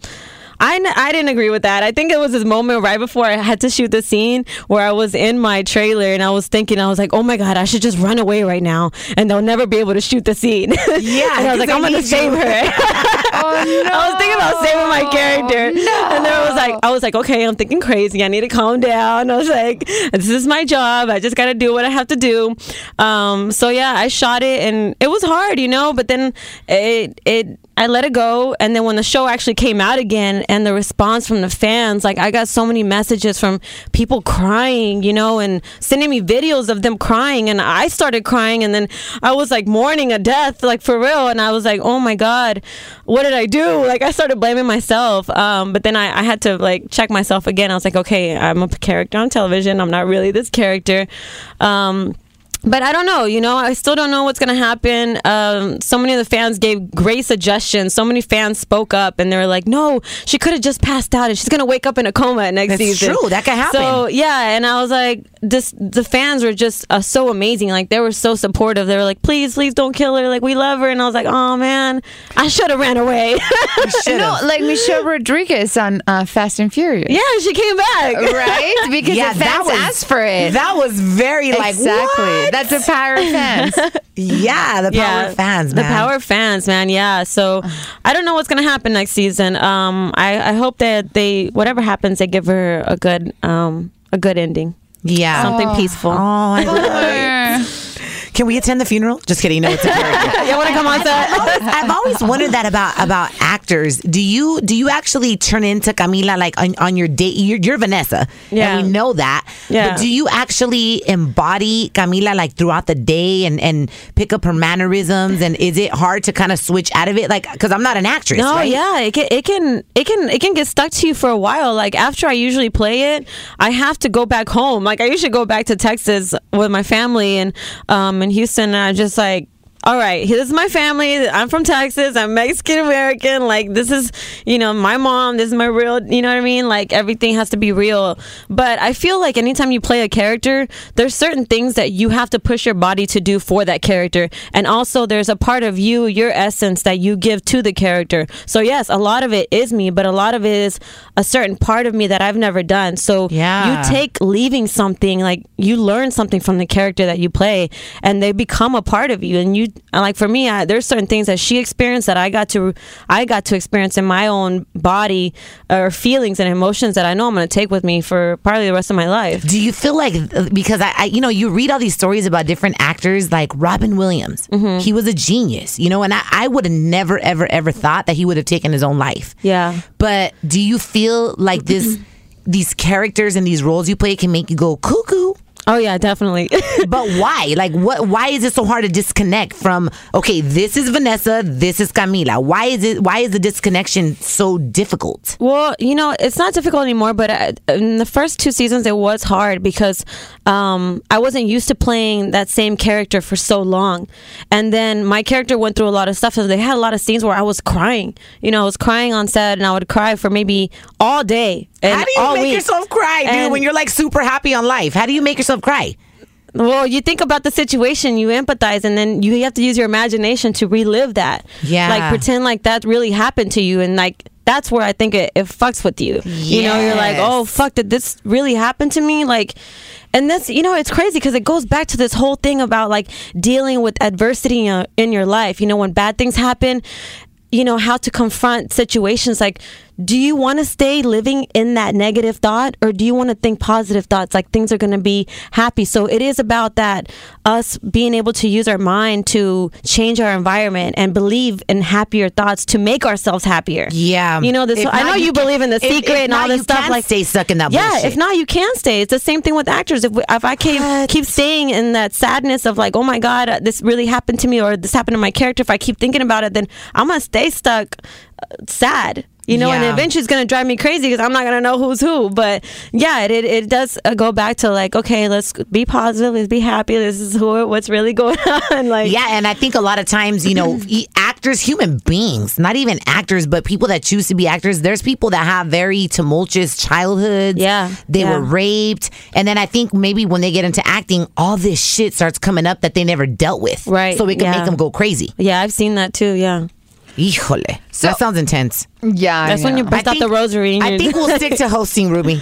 Speaker 3: I, n- I didn't agree with that. I think it was this moment right before I had to shoot the scene where I was in my trailer and I was thinking, I was like, oh my God, I should just run away right now and they'll never be able to shoot the scene. Yeah. and I was
Speaker 1: 'cause
Speaker 3: like,
Speaker 1: they
Speaker 3: I'm going to
Speaker 1: need
Speaker 3: save
Speaker 1: you."
Speaker 3: her. I was thinking about saving my character. And then I was like, I was like, okay, I'm thinking crazy. I need to calm down. I was like, this is my job. I just got to do what I have to do. Um, so yeah, I shot it and it was hard, you know, but then it, it, I let it go. And then when the show actually came out again and the response from the fans, like I got so many messages from people crying, you know, and sending me videos of them crying. And I started crying. And then I was like mourning a death, like for real. And I was like, oh my God, what did I do? Like I started blaming myself. Um, but then I, I had to like check myself again. I was like, okay, I'm a character on television. I'm not really this character. Um, but I don't know, you know, I still don't know what's going to happen. Um, so many of the fans gave great suggestions. So many fans spoke up and they were like, no, she could have just passed out and she's going to wake up in a coma next
Speaker 1: That's
Speaker 3: season.
Speaker 1: true. That could happen.
Speaker 3: So, yeah. And I was like, this, the fans were just uh, so amazing. Like, they were so supportive. They were like, please, please don't kill her. Like, we love her. And I was like, oh, man, I should have ran away.
Speaker 2: No, like Michelle Rodriguez on uh, Fast and Furious.
Speaker 3: yeah, she came back.
Speaker 2: Right? Because the fans asked for it.
Speaker 1: That was very like
Speaker 2: exactly.
Speaker 1: what?
Speaker 2: That's a power of fans.
Speaker 1: yeah, the power of fans, man.
Speaker 3: The power of fans, man. Yeah. So I don't know what's gonna happen next season. Um, I, I hope that they whatever happens, they give her a good um a good ending,
Speaker 1: Yeah.
Speaker 3: something peaceful.
Speaker 1: Oh, I love it. Can we attend the funeral? Just kidding. No, it's a character.
Speaker 3: you want to come on set?
Speaker 1: I've always wondered that about about actors. Do you do you actually turn into Camila like on, on your date? You're, you're Vanessa,
Speaker 3: Yeah.
Speaker 1: and we know that.
Speaker 3: Yeah.
Speaker 1: But do you actually embody Camila like throughout the day and and pick up her mannerisms? And is it hard to kind of switch out of it? Like, because I'm not an actress.
Speaker 3: No,
Speaker 1: right?
Speaker 3: yeah, it can, it can, it can, it can get stuck to you for a while. Like after I usually play it, I have to go back home. Like I usually go back to Texas with my family and um in Houston, and I just like. All right, this is my family. I'm from Texas. I'm Mexican American. Like this is, you know, my mom. This is my real. You know what I mean? Like everything has to be real. But I feel like anytime you play a character, there's certain things that you have to push your body to do for that character, and also there's a part of you, your essence that you give to the character. So yes, a lot of it is me, but a lot of it is a certain part of me that I've never done. So
Speaker 1: Yeah.
Speaker 3: you take leaving something like you learn something from the character that you play, and they become a part of you. And you and, like for me, I, there's certain things that she experienced that I got to I got to experience in my own body or feelings and emotions that I know I'm going to take with me for probably the rest of my life.
Speaker 1: Do you feel like because I, I you know you read all these stories about different actors like Robin Williams he was a genius you know and I, I would have never ever ever thought that he would have taken his own life
Speaker 3: Yeah.
Speaker 1: but do you feel like this these characters and these roles you play can make you go cuckoo
Speaker 3: Oh yeah, definitely.
Speaker 1: but why like what why is it so hard to disconnect from okay this is Vanessa this is Camila why is it why is the disconnection so difficult
Speaker 3: Well, you know, it's not difficult anymore, but uh, in the first two seasons, it was hard because um, I wasn't used to playing that same character for so long. And then my character went through a lot of stuff, so they had a lot of scenes where I was crying. You know, I was crying on set, and I would cry for maybe all day. And
Speaker 1: how do you
Speaker 3: all
Speaker 1: make
Speaker 3: week.
Speaker 1: yourself cry dude
Speaker 3: And-
Speaker 1: when you're like super happy on life how do you make yourself cry
Speaker 3: Well, you think about the situation, you empathize, and then you have to use your imagination to relive that.
Speaker 1: Yeah.
Speaker 3: Like pretend like that really happened to you, and like that's where I think it, it fucks with you. You know, you're like,
Speaker 1: Yes.
Speaker 3: oh fuck, did this really happen to me? Like, and that's you know, it's crazy because it goes back to this whole thing about like dealing with adversity in, in your life. You know, when bad things happen. You know, how to confront situations like, do you want to stay living in that negative thought or do you want to think positive thoughts? Like things are going to be happy. So it is about that us being able to use our mind to change our environment and believe in happier thoughts to make ourselves happier.
Speaker 1: Yeah.
Speaker 3: You know, this,
Speaker 1: If
Speaker 3: I know
Speaker 1: not,
Speaker 3: you,
Speaker 1: you can-
Speaker 3: believe in the
Speaker 1: if- if
Speaker 3: secret and
Speaker 1: not,
Speaker 3: all this
Speaker 1: you
Speaker 3: stuff.
Speaker 1: can
Speaker 3: like
Speaker 1: stay stuck in that
Speaker 3: Yeah.
Speaker 1: bullshit.
Speaker 3: If not, you can stay. It's the same thing with actors. If, we, if I keep, keep staying in that sadness of like, oh my God, uh, this really happened to me or this happened to my character. If I keep thinking about it, then I'm going to stay stuck uh, sad. You know, and
Speaker 1: Yeah.
Speaker 3: eventually it's gonna drive me crazy because I'm not gonna know who's who. But yeah, it, it, it does uh, go back to like, okay, let's be positive, let's be happy. This is who what's really going on. Like,
Speaker 1: Yeah, and I think a lot of times, you know, e- actors, human beings, not even actors, but people that choose to be actors, there's people that have very tumultuous childhoods.
Speaker 3: Yeah,
Speaker 1: They
Speaker 3: yeah.
Speaker 1: were raped. And then I think maybe when they get into acting, all this shit starts coming up that they never dealt with.
Speaker 3: Right,
Speaker 1: So it can
Speaker 3: yeah.
Speaker 1: make them go crazy.
Speaker 3: yeah, I've seen that too. Yeah.
Speaker 1: Híjole.
Speaker 2: So-
Speaker 1: that sounds intense.
Speaker 2: Yeah, I
Speaker 3: That's when
Speaker 2: know.
Speaker 3: you burst out the rosary. and
Speaker 1: I
Speaker 3: you're-
Speaker 1: think we'll stick to hosting, Ruby.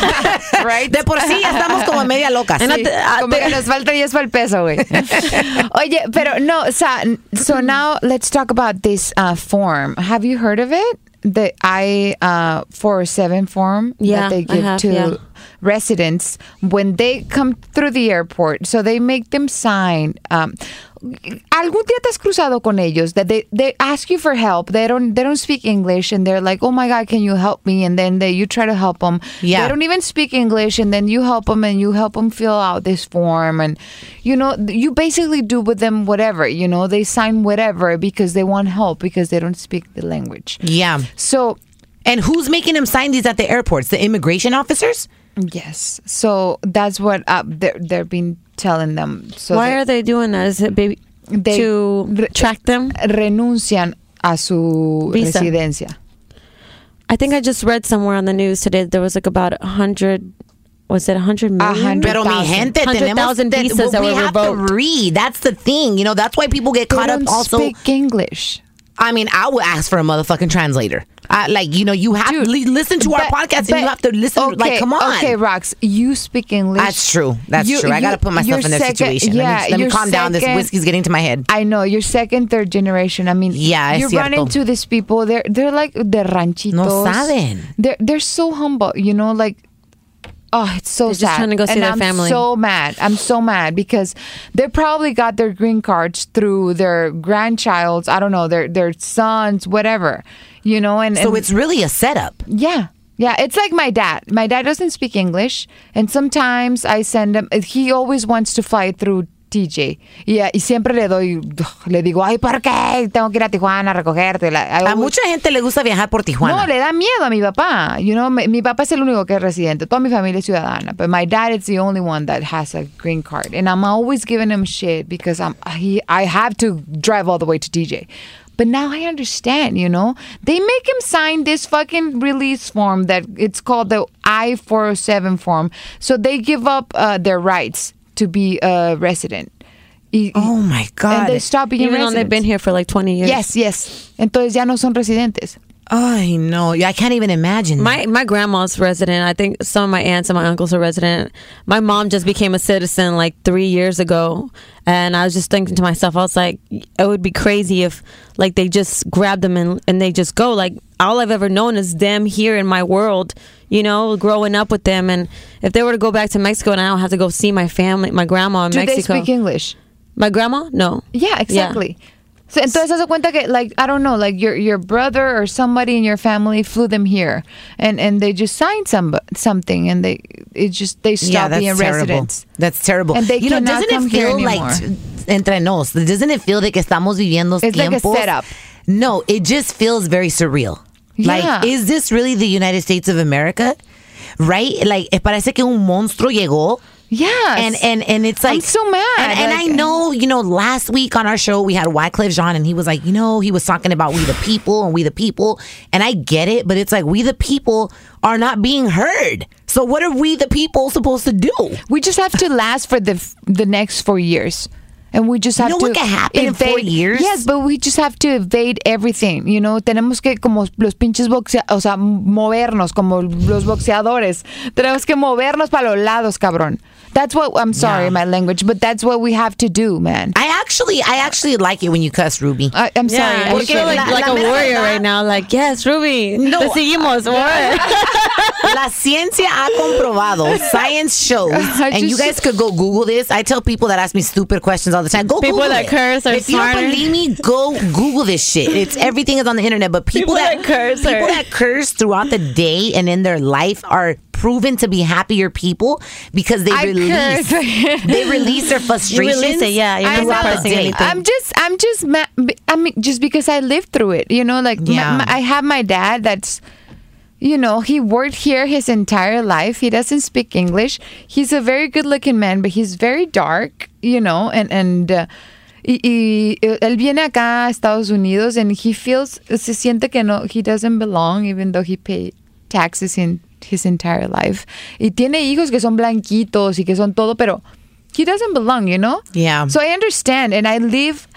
Speaker 1: right? De por sí, ya estamos como media locas.
Speaker 3: And I
Speaker 2: Sí,
Speaker 3: th- I
Speaker 2: como
Speaker 3: th-
Speaker 2: que nos falta 10 para el peso, güey. Ah, Oye, pero no, o sea, n- so now let's talk about this uh, form. Have you heard of it? The I uh, 407 form
Speaker 3: Yeah,
Speaker 2: that they
Speaker 3: I
Speaker 2: give
Speaker 3: have,
Speaker 2: to
Speaker 3: yeah.
Speaker 2: residents when they come through the airport. So they make them sign. Um, algún día te has cruzado con ellos that they, they ask you for help. They don't they don't speak English and they're like, oh my god, can you help me? And then they, you try to help them.
Speaker 1: Yeah.
Speaker 2: They don't even speak English, and then you help them and you help them fill out this form, and you know th- you basically do with them whatever. You know they sign whatever because they want help because they don't speak the language.
Speaker 1: yeah.
Speaker 2: So
Speaker 1: And who's making them sign these at the airports? The immigration officers?
Speaker 2: yes, so that's what uh, they're they're been telling them. So
Speaker 3: Why are they doing that? Is it baby
Speaker 2: They-
Speaker 3: to
Speaker 2: re-
Speaker 3: track them?
Speaker 2: renuncian a su
Speaker 3: Visa.
Speaker 2: residencia?
Speaker 3: I think I just read somewhere on the news today there was like about a hundred. Was it a hundred million?
Speaker 2: hundred.
Speaker 1: Pero mi
Speaker 2: 100,000.
Speaker 1: gente, tenemos
Speaker 3: 100,000
Speaker 1: that-
Speaker 3: visas that
Speaker 1: we
Speaker 3: were
Speaker 1: have
Speaker 3: revoked.
Speaker 1: to read. That's the thing. You know, that's why people get
Speaker 2: They
Speaker 1: caught up.
Speaker 2: don't
Speaker 1: Also,
Speaker 2: speak English.
Speaker 1: I mean, I would ask for a motherfucking translator. I, like, you know, you have to
Speaker 2: Dude,
Speaker 1: li- listen to our
Speaker 2: but-
Speaker 1: podcast
Speaker 2: but-
Speaker 1: and you have to listen. like, come on.
Speaker 2: Okay, Rox, you speak English.
Speaker 1: That's true. That's
Speaker 2: You-
Speaker 1: true. I
Speaker 2: you-
Speaker 1: got to put myself
Speaker 2: your
Speaker 1: in their
Speaker 2: second-
Speaker 1: situation.
Speaker 2: Yeah,
Speaker 1: let me, let me
Speaker 2: your
Speaker 1: calm down. This
Speaker 2: second-
Speaker 1: whiskey's getting to my head.
Speaker 2: I know you're second, third generation. I mean,
Speaker 1: Yeah, es
Speaker 2: you run
Speaker 1: cierto.
Speaker 2: into these people. They're they're like the ranchitos.
Speaker 1: saben.
Speaker 2: They're they're so humble. You know, like oh, it's so
Speaker 3: They're just
Speaker 2: sad.
Speaker 3: trying to go see
Speaker 2: and
Speaker 3: their
Speaker 2: I'm
Speaker 3: family.
Speaker 2: So mad. I'm so mad because they probably got their green cards through their grandchilds. I don't know their their sons, whatever. You know, and
Speaker 1: So
Speaker 2: and-
Speaker 1: it's really a setup.
Speaker 2: yeah. Yeah, it's like my dad. My dad doesn't speak English, and sometimes I send him. He always wants to fly through TJ. Yeah, y siempre le doy, le digo, ay, ¿por qué? Tengo que ir a Tijuana a recogerte. Like, I
Speaker 1: A
Speaker 2: always-
Speaker 1: mucha gente le gusta viajar por Tijuana.
Speaker 2: no, le da miedo a mi papá. You know, mi, mi papá es el único que es residente. Toda mi familia es ciudadana. But my dad is the only one that has a green card. And I'm always giving him shit because I'm, he, I have to drive all the way to DJ. But now I understand, you know? They make him sign this fucking release form that it's called the I 407 form. So they give up uh, their rights to be a resident. Y-
Speaker 1: oh my God.
Speaker 2: And they stop being
Speaker 3: Even though they've been
Speaker 2: residents.
Speaker 3: here for like 20 years.
Speaker 2: Yes, yes. Entonces ya no son residentes.
Speaker 1: I know. I can't even imagine.
Speaker 3: My my grandma's resident. I think some of my aunts and my uncles are resident. My mom just became a citizen like three years ago, and I was just thinking to myself, I was like, it would be crazy if like they just grab them and and they just go. Like all I've ever known is them here in my world, you know, growing up with them. And if they were to go back to Mexico and I don't have to go see my family, my grandma in
Speaker 2: Do
Speaker 3: Mexico,
Speaker 2: they speak English?
Speaker 3: my grandma, no,
Speaker 2: Yeah, exactly. So entonces se hace cuenta que like I don't know, like your your brother or somebody in your family flew them here and and they just signed some something and they it just they
Speaker 1: yeah,
Speaker 2: stop
Speaker 1: that's
Speaker 2: being
Speaker 1: terrible.
Speaker 2: residents.
Speaker 1: That's terrible.
Speaker 2: And they
Speaker 1: you know,
Speaker 2: cannot
Speaker 1: doesn't
Speaker 2: come
Speaker 1: it
Speaker 2: here
Speaker 1: feel like
Speaker 2: anymore.
Speaker 1: entre nos? Doesn't it feel like estamos viviendo
Speaker 2: It's like a
Speaker 1: tiempos?
Speaker 2: setup.
Speaker 1: No, it just feels very surreal. Like,
Speaker 2: Yeah.
Speaker 1: is this really the United States of America? Right? Like, it parece que un monstruo llegó.
Speaker 2: Yes.
Speaker 1: And and and it's
Speaker 2: I'm
Speaker 1: like
Speaker 2: so mad,
Speaker 1: And, and
Speaker 2: like-
Speaker 1: I know, you know, last week on our show we had Wyclef Jean, and he was like, you know, he was talking about we the people and we the people, and I get it, but it's like we the people are not being heard. So what are we the people supposed to do?
Speaker 2: we just have to last for the f- the next four years. And we just have
Speaker 1: know
Speaker 2: to
Speaker 1: what can happen in four
Speaker 2: evade-
Speaker 1: years?
Speaker 2: Yes, but we just have to evade everything. You know, tenemos que como los pinches boxea, o sea, movernos como los boxeadores. Tenemos que movernos para los lados, cabrón. That's what I'm sorry,
Speaker 1: Yeah.
Speaker 2: my language, but that's what we have to do, man.
Speaker 1: I actually, I actually like it when you cuss, Ruby.
Speaker 2: I, I'm
Speaker 3: yeah,
Speaker 2: sorry. I
Speaker 3: I feel
Speaker 2: shouldn't.
Speaker 3: like, like
Speaker 1: la
Speaker 3: a
Speaker 1: mera
Speaker 3: warrior
Speaker 1: verdad-
Speaker 3: right now. Like yes, Ruby, no, te seguimos,
Speaker 2: uh,
Speaker 3: what?
Speaker 1: La ciencia ha comprobado. Science shows,
Speaker 2: I
Speaker 1: and you
Speaker 2: just-
Speaker 1: guys could go Google this. I tell people that ask me stupid questions all the time. Go
Speaker 3: People
Speaker 1: Google
Speaker 3: that
Speaker 1: it.
Speaker 3: curse are
Speaker 1: If you
Speaker 3: smarter.
Speaker 1: don't believe me, go Google this shit. It's everything is on the internet. But people,
Speaker 3: People that curse
Speaker 1: people
Speaker 3: are-
Speaker 1: that curse throughout the day and in their life are proven to be happier people because they
Speaker 2: I
Speaker 1: release
Speaker 2: curse.
Speaker 1: they release their frustrations.
Speaker 3: it, yeah, you're not
Speaker 1: throughout the
Speaker 3: suppressing
Speaker 1: day.
Speaker 3: anything.
Speaker 2: I'm just, I'm just, ma- I mean, just because I lived through it, you know, like my-
Speaker 1: Yeah.
Speaker 2: my, I have my dad that's, you know, he worked here his entire life. He doesn't speak English. He's a very good looking man, but he's very dark, you know, and, and, uh, y, y él viene acá a Estados Unidos and he feels, se siente que no, he doesn't belong even though he paid taxes in his entire life. Y tiene hijos que son blanquitos y que son todo, pero he doesn't belong, you know?
Speaker 1: Yeah.
Speaker 2: So I understand, and I live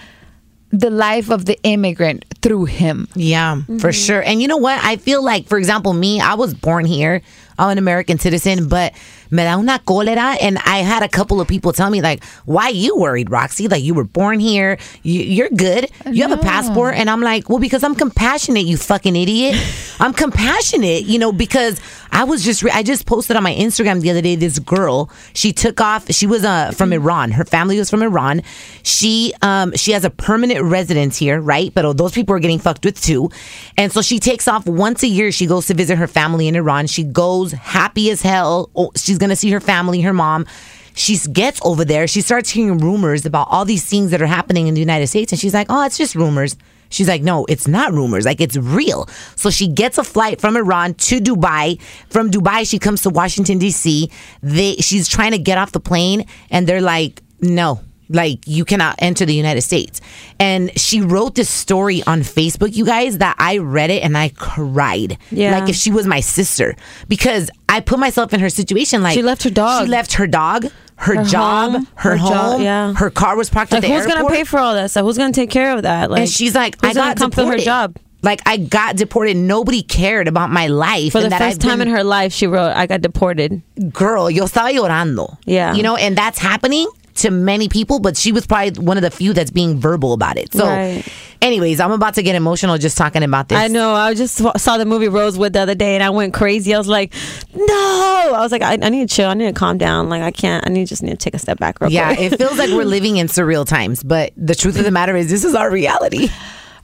Speaker 2: the life of the immigrant through him.
Speaker 1: Yeah, for sure. And you know what? I feel like, for example, me, I was born here. I'm an American citizen, but me da una cólera. And I had a couple of people tell me, like, why you worried, Roxy? Like, you were born here. You, you're good. You have a passport. And I'm like, well, because I'm compassionate, you fucking idiot. I'm compassionate, you know, because I was just, re- I just posted on my Instagram the other day this girl. She took off, she was uh, from Iran. Her family was from Iran. She, um, she has a permanent residence here, right? But those people are getting fucked with too. And so she takes off once a year. She goes to visit her family in Iran. She goes happy as hell. Oh, she's going to see her family, her mom. She gets over there. She starts hearing rumors about all these things that are happening in the United States. And she's like, oh, it's just rumors. She's like, no, it's not rumors. Like, it's real. So she gets a flight from Iran to Dubai. From Dubai, she comes to Washington, D.C. They, she's trying to get off the plane, and they're like, no, like, you cannot enter the United States. And she wrote this story on Facebook, you guys, that I read it and I cried.
Speaker 3: Yeah.
Speaker 1: Like, if she was my sister, because I put myself in her situation. Like,
Speaker 3: She left her dog.
Speaker 1: She left her dog, her,
Speaker 3: Her
Speaker 1: job,
Speaker 3: home,
Speaker 1: her,
Speaker 3: her
Speaker 1: home.
Speaker 3: jo- yeah.
Speaker 1: Her car was parked
Speaker 3: Like,
Speaker 1: at the
Speaker 3: who's
Speaker 1: airport
Speaker 3: gonna pay for all that stuff? Who's gonna take care of that? Like,
Speaker 1: and she's like,
Speaker 3: who's
Speaker 1: I
Speaker 3: gonna
Speaker 1: got
Speaker 3: come from
Speaker 1: deported.
Speaker 3: her job
Speaker 1: Like I got deported. Nobody cared about my life.
Speaker 3: for the
Speaker 1: and that
Speaker 3: first
Speaker 1: I've
Speaker 3: time
Speaker 1: been-
Speaker 3: in her life. She wrote, "I got deported."
Speaker 1: girl, yo estaba llorando.
Speaker 3: Yeah.
Speaker 1: you know, and that's happening to many people, but she was probably one of the few that's being verbal about it. So,
Speaker 3: Right.
Speaker 1: and Anyways, I'm about to get emotional just talking about this.
Speaker 3: I know. I just wa- saw the movie Rosewood the other day, and I went crazy. I was like, "No!" I was like, "I, I need to chill. I need to calm down. Like, I can't. I need just need to take a step back." Real
Speaker 1: Yeah,
Speaker 3: quick.
Speaker 1: it feels like we're living in surreal times, but the truth of the matter is, this is our reality.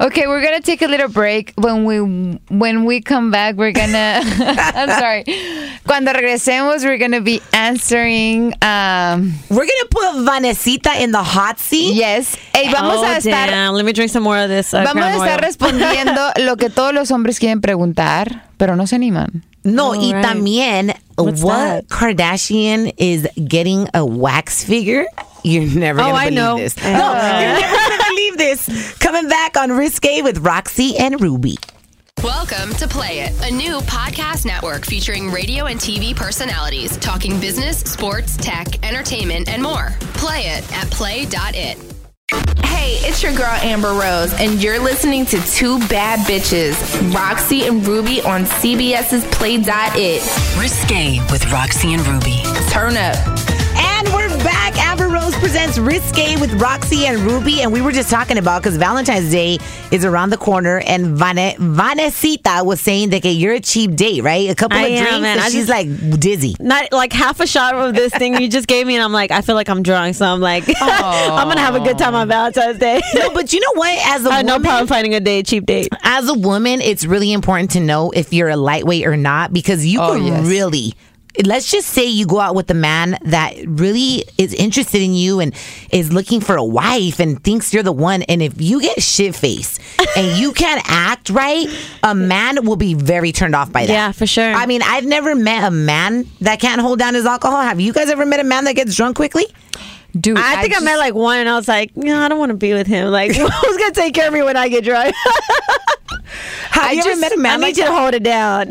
Speaker 2: Okay, we're gonna take a little break. When we when we come back, we're gonna. I'm sorry. Cuando regresemos, we're gonna be answering. Um,
Speaker 1: We're gonna put Vanesita in the hot seat.
Speaker 2: yes. Hey, vamos
Speaker 3: oh,
Speaker 2: a estar.
Speaker 3: damn. Let me drink some more of this. uh,
Speaker 2: Vamos a
Speaker 3: crown
Speaker 2: estar
Speaker 3: royal.
Speaker 2: respondiendo lo que todos los hombres quieren preguntar, pero no se animan.
Speaker 1: No,
Speaker 3: All
Speaker 1: y
Speaker 3: right.
Speaker 1: también,
Speaker 3: What's that?
Speaker 1: what Kardashian is getting a wax figure? You're never
Speaker 3: Oh,
Speaker 1: gonna
Speaker 3: I
Speaker 1: believe
Speaker 3: know.
Speaker 1: this.
Speaker 3: Uh.
Speaker 1: No, you're never gonna believe this. Coming back on Risque with Roxy and Ruby.
Speaker 4: Welcome to Play It, a new podcast network featuring radio and TV personalities talking business, sports, tech, entertainment, and more. Play it at play.it.
Speaker 6: Hey, it's your girl Amber Rose, and you're listening to Two Bad Bitches, Roxy and Ruby on CBS's Play.it.
Speaker 7: Risque with Roxy and Ruby.
Speaker 6: Turn up.
Speaker 1: And we're back. Amber Rose presents Risque with Roxy and Ruby. And we were just talking about because Valentine's Day is around the corner. And Vane, Vanesita was saying that okay, you're a cheap date, right? A couple
Speaker 3: I
Speaker 1: of
Speaker 3: am,
Speaker 1: drinks,
Speaker 3: man.
Speaker 1: and
Speaker 3: I
Speaker 1: she's
Speaker 3: just-
Speaker 1: like dizzy.
Speaker 3: Not like half a shot of this thing you just gave me, and I'm like, I feel like I'm drunk, so I'm like, I'm gonna have a good time on Valentine's Day.
Speaker 1: No, but you know what? As a
Speaker 3: I had Uh,
Speaker 1: woman,
Speaker 3: no problem finding a day cheap date.
Speaker 1: as a woman, it's really important to know if you're a lightweight or not because you
Speaker 2: Oh,
Speaker 1: can
Speaker 2: yes.
Speaker 1: really. Let's just say you go out with a man that really is interested in you and is looking for a wife and thinks you're the one. And if you get shit faced and you can't act right, a man will be very turned off by that.
Speaker 3: Yeah, for sure.
Speaker 1: I mean, I've never met a man that can't hold down his alcohol. Have you guys ever met a man that gets drunk quickly?
Speaker 2: Dude,
Speaker 3: Ah, I, think I
Speaker 2: just-
Speaker 3: met like one, and I was like, no, I don't want to be with him. Like, who's gonna take care of me when I get drunk?
Speaker 1: Have you ever met a man
Speaker 3: I
Speaker 1: like
Speaker 3: need you to hold it down.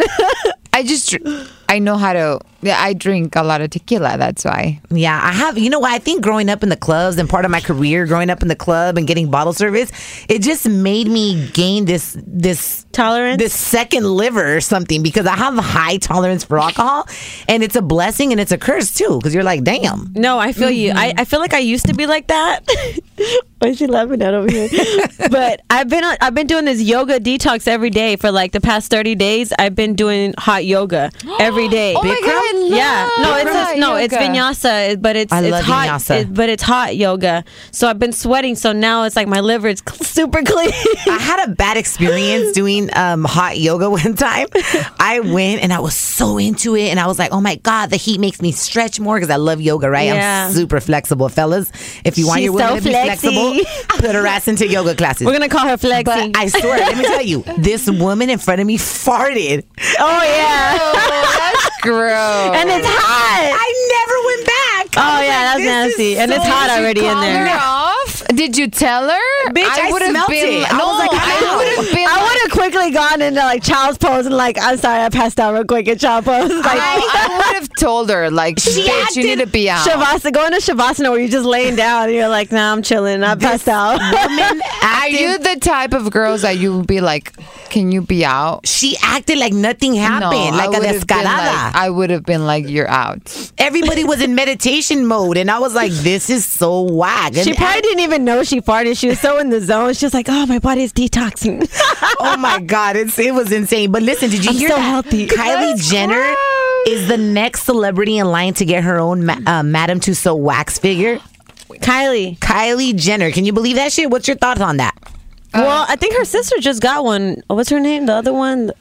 Speaker 2: I just dr- I know how to. Yeah, I drink a lot of tequila. That's why.
Speaker 1: Yeah, I have. You know what? I think growing up in the clubs and part of my career, growing up in the club and getting bottle service, it just made me gain this this
Speaker 3: Tolerance?
Speaker 1: this second liver or something because I have a high tolerance for alcohol, and it's a blessing and it's a curse too because you're like, damn.
Speaker 3: No, I feel you. I, I feel like I used to be like that. Why is she laughing at over here? but I've been on, I've been doing this yoga detox every day for like the past thirty days. I've been doing hot yoga every day.
Speaker 2: Oh my Bikram? God, I love
Speaker 3: yeah, no, it's
Speaker 2: hot
Speaker 3: just- no, it's
Speaker 2: yoga.
Speaker 3: vinyasa, it- but it's
Speaker 1: I
Speaker 3: it's
Speaker 1: love
Speaker 3: hot,
Speaker 1: vinyasa.
Speaker 3: it- but it's hot yoga. So I've been sweating. So now it's like my liver is cl- super clean.
Speaker 1: I had a bad experience doing um, hot yoga one time. I went and I was so into it, and I was like, "Oh my god, the heat makes me stretch more because I love yoga, right?
Speaker 3: Yeah.
Speaker 1: I'm super flexible, fellas. If you want
Speaker 3: She's
Speaker 1: your woman
Speaker 3: so
Speaker 1: to be
Speaker 3: flexy.
Speaker 1: flexible, put her ass into yoga classes.
Speaker 3: We're gonna call her Flexi.
Speaker 1: But I swear, let me tell you, this woman in front of me farted.
Speaker 3: oh yeah,
Speaker 2: Gross.
Speaker 3: and it's hot.
Speaker 1: I never went
Speaker 3: Oh,
Speaker 1: back. I was
Speaker 3: yeah, that's
Speaker 1: "This is
Speaker 3: nasty." And it's hot
Speaker 1: Did you
Speaker 3: already in
Speaker 1: call
Speaker 3: there.
Speaker 2: Her
Speaker 1: her?
Speaker 2: off? Did you tell her?
Speaker 1: Bitch, I
Speaker 2: would've
Speaker 1: smelt it. I
Speaker 2: No,
Speaker 1: was like,
Speaker 2: I
Speaker 1: "Ow."
Speaker 2: would have been.
Speaker 3: I would have quickly gone into like child's pose and like I'm sorry I passed out real quick in child pose. Like
Speaker 2: I, would have told her, like, bitch, you need to be out.
Speaker 3: Shavasana, going to Shavasana where you're just laying down and you're like, nah, I'm chilling. I passed out.
Speaker 2: Are
Speaker 1: Woman acted,
Speaker 2: you the type of girls that you would be like, can you be out?
Speaker 1: she acted like nothing happened,
Speaker 2: I
Speaker 1: like a
Speaker 2: would've been
Speaker 1: descarada.
Speaker 2: like- I would have been like, you're out.
Speaker 1: Everybody was in meditation mode, and I was like, "This is so whack."
Speaker 3: she
Speaker 1: And
Speaker 3: probably didn't even know she farted. She was so in the zone. She was like, oh, my body is detoxing.
Speaker 1: I- oh my god, it's, it was insane. But listen, did you
Speaker 3: I'm
Speaker 1: hear
Speaker 3: so
Speaker 1: that?
Speaker 3: healthy.
Speaker 1: Kylie Jenner is the next celebrity in line to get her own ma- uh, Madame Tussauds wax figure.
Speaker 3: Kylie.
Speaker 1: Kylie Jenner, can you believe that shit? What's your thoughts on that?
Speaker 2: Uh,
Speaker 3: well, I think her sister just got one. What's her name? The other one?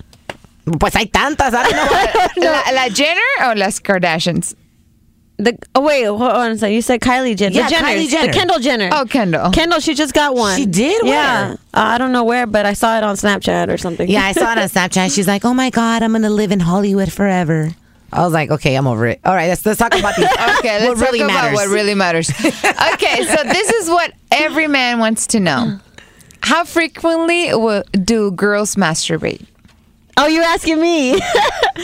Speaker 1: Pues hay tantas. I don't know.
Speaker 2: La, la Jenner or las Kardashians?
Speaker 3: The oh wait, hold on a second. You said Kylie Jenner.
Speaker 1: Yeah,
Speaker 3: the Jenners.
Speaker 1: Kylie Jenner.
Speaker 3: The Kendall Jenner.
Speaker 2: Oh, Kendall.
Speaker 3: Kendall, she just got one.
Speaker 1: She did?
Speaker 3: Yeah.
Speaker 1: Where?
Speaker 3: Uh, I don't know where, but I saw it on Snapchat or something.
Speaker 1: yeah, I saw it on Snapchat. She's like, "Oh my god, I'm gonna live in Hollywood forever." I was like, "Okay, I'm over it." All right, let's let's talk about these.
Speaker 2: Okay, let's
Speaker 1: what really
Speaker 2: talk about
Speaker 1: matters.
Speaker 2: what really matters. okay, so this is what every man wants to know. How frequently w- do girls masturbate?
Speaker 3: Oh, you're asking me?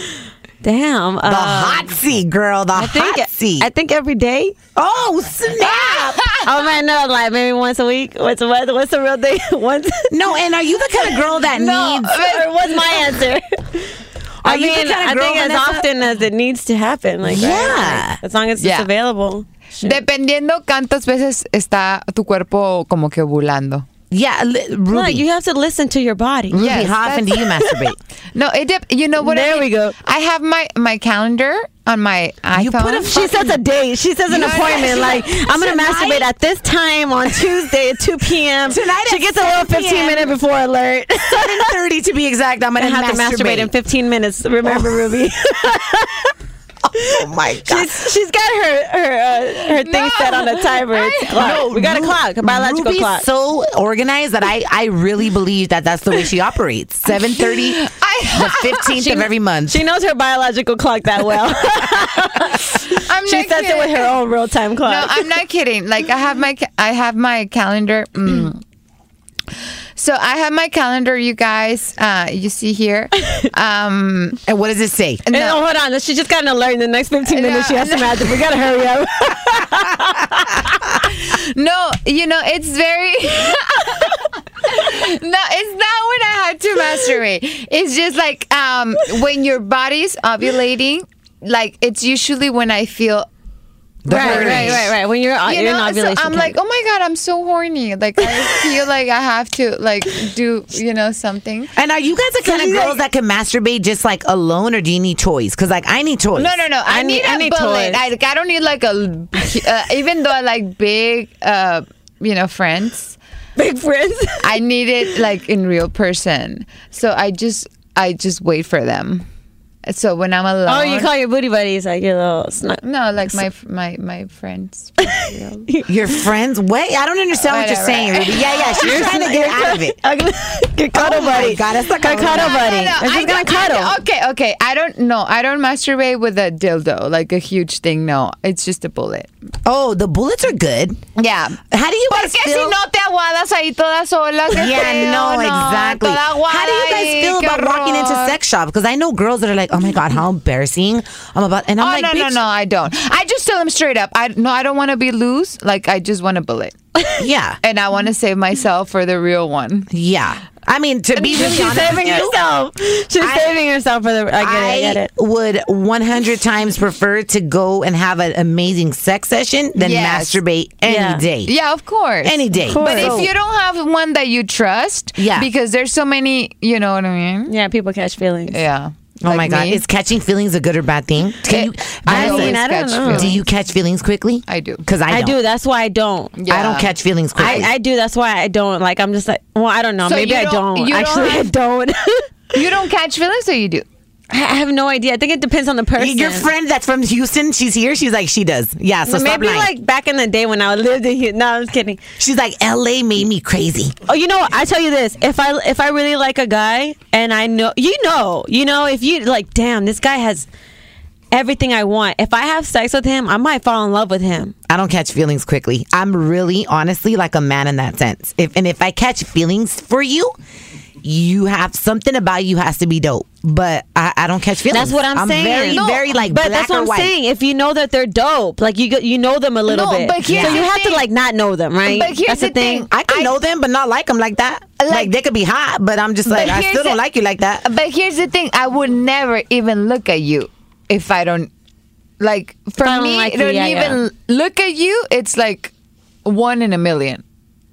Speaker 3: Damn.
Speaker 1: the
Speaker 3: uh,
Speaker 1: hot seat, girl. The
Speaker 3: I think
Speaker 1: hot seat.
Speaker 3: I think every day.
Speaker 1: oh snap!
Speaker 3: Oh man, no, like maybe once a week. What's the what- what's the real thing? once
Speaker 1: no, and are you the kind of girl that needs?
Speaker 3: or what's my answer?
Speaker 1: Are
Speaker 3: I
Speaker 1: you the
Speaker 3: mean,
Speaker 1: kind of
Speaker 3: I
Speaker 1: girl,
Speaker 3: think as
Speaker 1: Vanessa-
Speaker 3: often as it needs to happen. Like right?
Speaker 1: Yeah.
Speaker 3: Like, as long as
Speaker 2: Yeah.
Speaker 3: it's available. Shit.
Speaker 2: Dependiendo cuántas veces está tu cuerpo como que ovulando.
Speaker 1: Yeah, li- Ruby.
Speaker 3: No, you have to listen to your body.
Speaker 1: Ruby,
Speaker 2: Yes,
Speaker 1: how often do you masturbate?
Speaker 2: No, it. Dep- you know what? I
Speaker 3: There we
Speaker 2: mean?
Speaker 3: go.
Speaker 2: I have my my calendar on my iPhone.
Speaker 1: You put a f-
Speaker 3: She says a date. She says an
Speaker 1: You know,
Speaker 3: appointment.
Speaker 1: she's
Speaker 3: Like
Speaker 1: like,
Speaker 3: I'm gonna
Speaker 1: "Tonight?"
Speaker 3: masturbate at this time on Tuesday at 2 p.m.
Speaker 1: Tonight
Speaker 3: she
Speaker 1: at
Speaker 3: gets a little
Speaker 1: 7
Speaker 3: 15
Speaker 1: p.m.
Speaker 3: minute before alert.
Speaker 1: Seven thirty to be exact. I'm gonna
Speaker 3: I have to masturbate in 15 minutes. Remember, Ruby.
Speaker 1: Oh my god.
Speaker 3: she's, she's got her her uh, her thing set on a timer. It's a clock. we got a
Speaker 1: Ru-
Speaker 3: clock, a biological
Speaker 1: Ruby's
Speaker 3: clock.
Speaker 1: so organized that I, I really believe that that's the way she operates. Seven thirty, the fifteenth of every month.
Speaker 3: she knows her biological clock that well.
Speaker 2: I'm
Speaker 3: she
Speaker 2: not
Speaker 3: sets it with
Speaker 2: kidding.
Speaker 3: her own real time
Speaker 2: No,
Speaker 3: clock.
Speaker 2: I'm not kidding. Like I have my ca- I have my calendar. Mm. So I have my calendar, you guys. Uh, you see here. Um,
Speaker 1: and what does it say?
Speaker 3: And oh, hold on, she just got an alert in the next 15 minutes.
Speaker 2: No,
Speaker 3: she has to masturbate. We gotta hurry up.
Speaker 2: no, you know it's very. no, it's not when I had to masturbate. It's just like um, when your body's ovulating. Like it's usually when I feel
Speaker 1: The
Speaker 3: right,
Speaker 1: hurry.
Speaker 3: right, right, right. When you're
Speaker 2: you
Speaker 3: Uh, you're
Speaker 2: know,
Speaker 3: in
Speaker 2: so
Speaker 3: ovulation,
Speaker 2: I'm like,
Speaker 3: time.
Speaker 2: oh my god, I'm so horny. Like I feel like I have to like do you know something.
Speaker 1: And are you guys the kind of
Speaker 3: she's
Speaker 1: girls
Speaker 3: like-
Speaker 1: that can masturbate just like alone, or do you need toys? Because like I need toys.
Speaker 2: No, no, no. I,
Speaker 3: I
Speaker 2: need,
Speaker 3: need-
Speaker 2: a
Speaker 3: I need
Speaker 2: bullet.
Speaker 3: toys.
Speaker 2: I, like, I don't need like a, uh, even though I like big, uh, you know, friends.
Speaker 3: big friends.
Speaker 2: I need it like in real person. So I just, I just wait for them. So when I'm alone.
Speaker 3: Oh, you call your booty buddies like your little snug.
Speaker 2: No, like my my my friends.
Speaker 1: Your friends? What? I don't understand what you're
Speaker 2: Whatever.
Speaker 1: saying, Ruby. Yeah, yeah. She's trying to get out of it.
Speaker 3: your cuddle
Speaker 1: Oh my
Speaker 3: buddy.
Speaker 1: God, that's
Speaker 3: her
Speaker 1: not
Speaker 3: cuddle
Speaker 1: cuddle
Speaker 3: buddy.
Speaker 2: No,
Speaker 3: It's
Speaker 2: I
Speaker 3: just gonna
Speaker 2: don't- I
Speaker 3: cuddle.
Speaker 2: don't- okay, okay. I don't know. I don't masturbate with a dildo, like a huge thing. No, it's just a bullet.
Speaker 1: Oh, the bullets are good.
Speaker 2: Yeah.
Speaker 1: How do you guys
Speaker 2: Porque si
Speaker 1: feel?
Speaker 2: no te aguadas ahí todas solas. qué
Speaker 1: yeah,
Speaker 2: feo,
Speaker 1: no, exactly.
Speaker 2: toda
Speaker 1: How do you
Speaker 2: aguada
Speaker 1: guys
Speaker 2: ahí,
Speaker 1: feel
Speaker 2: qué
Speaker 1: about walking into
Speaker 2: horror.
Speaker 1: sex shop? Because I know girls that are like, "Oh my god, how embarrassing!" I'm about, and I'm
Speaker 2: oh
Speaker 1: like,
Speaker 2: no no
Speaker 1: "Bitch,
Speaker 2: no! I don't. I just tell them straight up. I no. I don't want to be loose. Like I just want a bullet,
Speaker 1: yeah,
Speaker 2: and I want to save myself for the real one.
Speaker 1: yeah." I mean, to be really
Speaker 3: She's
Speaker 1: honest, with
Speaker 3: saving
Speaker 1: you,
Speaker 3: herself. She's saving herself for the. I get it. I get it.
Speaker 1: would 100 times prefer to go and have an amazing sex session than
Speaker 2: Yes.
Speaker 1: masturbate any
Speaker 3: Yeah.
Speaker 1: day.
Speaker 2: Yeah, of course.
Speaker 1: Any day.
Speaker 3: course.
Speaker 2: But if
Speaker 3: So-
Speaker 2: you don't have one that you trust,
Speaker 1: Yeah.
Speaker 2: because there's so many. You know what I mean?
Speaker 3: Yeah, people catch feelings.
Speaker 2: Yeah.
Speaker 1: Oh my God. Is catching feelings a good or bad thing? Can you,
Speaker 2: I
Speaker 1: Vanessa,
Speaker 2: always
Speaker 3: I don't
Speaker 2: catch
Speaker 3: know.
Speaker 2: feelings.
Speaker 1: do you catch feelings quickly?
Speaker 2: I do.
Speaker 1: Because I,
Speaker 3: I
Speaker 1: don't.
Speaker 3: do. That's why I don't.
Speaker 1: I don't
Speaker 2: Yeah.
Speaker 1: catch feelings quickly.
Speaker 3: I, I do. That's why I don't. Like I'm just like. Well, I don't know.
Speaker 2: So
Speaker 3: Maybe
Speaker 2: you
Speaker 3: I
Speaker 2: don't-
Speaker 3: don't.
Speaker 2: you don't
Speaker 3: Actually,
Speaker 2: have-
Speaker 3: I don't.
Speaker 2: You don't catch feelings, or you do?
Speaker 3: I I have no idea. I think it depends on the person.
Speaker 1: Your friend that's from Houston, she's here. She's like, she does. Yeah. So stop
Speaker 3: Maybe
Speaker 1: lying.
Speaker 3: like back in the day when I lived in here. No, I'm just kidding.
Speaker 1: she's like, LA made me crazy.
Speaker 3: Oh, you know, what? I tell you this: if I if I really like a guy, and I know, you know, you know, if you like, damn, this guy has everything I want. If I have sex with him, I might fall in love with him.
Speaker 1: I don't catch feelings quickly. I'm really honestly like a man in that sense. If and if I catch feelings for you, you have something about you has to be dope. But I, I don't catch feelings.
Speaker 3: That's what I'm, saying.
Speaker 1: Very,
Speaker 3: No,
Speaker 1: very like
Speaker 3: but
Speaker 1: black
Speaker 3: that's what
Speaker 1: or
Speaker 3: I'm
Speaker 1: white.
Speaker 3: saying. If you know that they're dope, like you go- you know them a little
Speaker 2: No,
Speaker 3: bit,
Speaker 2: but here's
Speaker 3: so you
Speaker 2: the
Speaker 3: have
Speaker 2: thing.
Speaker 3: to like not know them, right?
Speaker 2: But here's
Speaker 3: that's
Speaker 2: the thing.
Speaker 1: I can know them, but not like them like that. Like, they could be hot, but I'm just like
Speaker 2: But
Speaker 1: I
Speaker 2: here's
Speaker 1: still don't
Speaker 2: the-
Speaker 1: like you like that.
Speaker 2: But here's the thing: I would never even look at you if I don't like. For
Speaker 3: I don't
Speaker 2: me,
Speaker 3: like you,
Speaker 2: don't
Speaker 3: yeah,
Speaker 2: even look at you. It's like one in a million.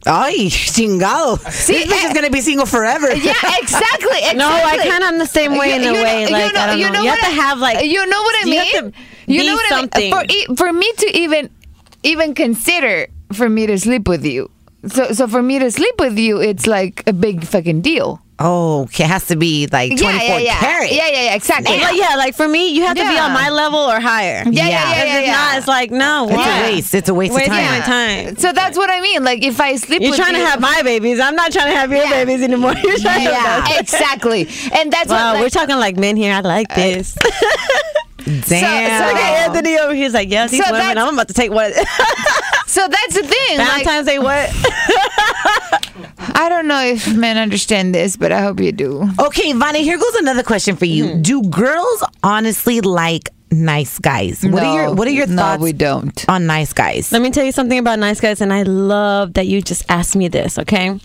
Speaker 1: Ay, chingado. this bitch is gonna be single forever.
Speaker 2: Yeah, exactly. exactly.
Speaker 3: No, I kind of am the same way
Speaker 2: You-
Speaker 3: in a
Speaker 2: you know-
Speaker 3: way.
Speaker 2: you
Speaker 3: Like
Speaker 2: know-
Speaker 3: I don't know. You
Speaker 2: what
Speaker 3: have to
Speaker 2: I-
Speaker 3: have like
Speaker 2: you know what I mean.
Speaker 3: you have to be something.
Speaker 2: I mean? For e- for me to even even consider for me to sleep with you. So so for me to sleep with you, it's like a big fucking deal.
Speaker 1: Oh, okay, it has to be like 24
Speaker 2: Yeah, yeah, yeah.
Speaker 1: carat.
Speaker 2: Yeah, yeah, yeah. Exactly.
Speaker 3: Like, yeah, like for me, you have to be
Speaker 2: Yeah.
Speaker 3: on my level or higher.
Speaker 2: yeah,
Speaker 1: yeah.
Speaker 2: yeah, yeah,
Speaker 3: If
Speaker 2: yeah,
Speaker 3: it's
Speaker 2: yeah.
Speaker 3: not, it's like no.
Speaker 1: It's
Speaker 3: why?
Speaker 1: a waste. It's a waste of
Speaker 3: Wasting
Speaker 1: time.
Speaker 3: my time.
Speaker 2: So that's what I mean. Like if I sleep,
Speaker 3: You're
Speaker 2: with
Speaker 3: trying
Speaker 2: you,
Speaker 3: to have my babies. I'm not trying to have your
Speaker 2: Yeah.
Speaker 3: babies anymore. You're trying to have
Speaker 2: Yeah,
Speaker 3: those.
Speaker 2: exactly. And that's
Speaker 3: Wow,
Speaker 2: what
Speaker 3: we're
Speaker 2: like,
Speaker 3: talking like men here. I like this.
Speaker 1: Damn.
Speaker 2: so-
Speaker 3: Look at Anthony over here. He's like, yeah, these
Speaker 2: So
Speaker 3: women.
Speaker 2: that's-
Speaker 3: I'm about to take what
Speaker 2: so that's the thing. Like,
Speaker 3: Valentine's Day. What?
Speaker 2: I don't know if men understand this, but I hope you do.
Speaker 1: Okay, Vani, here goes another question for
Speaker 3: Hmm.
Speaker 1: you. Do girls honestly like nice guys? What are your what are your
Speaker 2: No,
Speaker 1: thoughts
Speaker 2: we don't.
Speaker 1: on nice guys?
Speaker 3: Let me tell you something about nice guys, and I love that you just asked me this. Okay,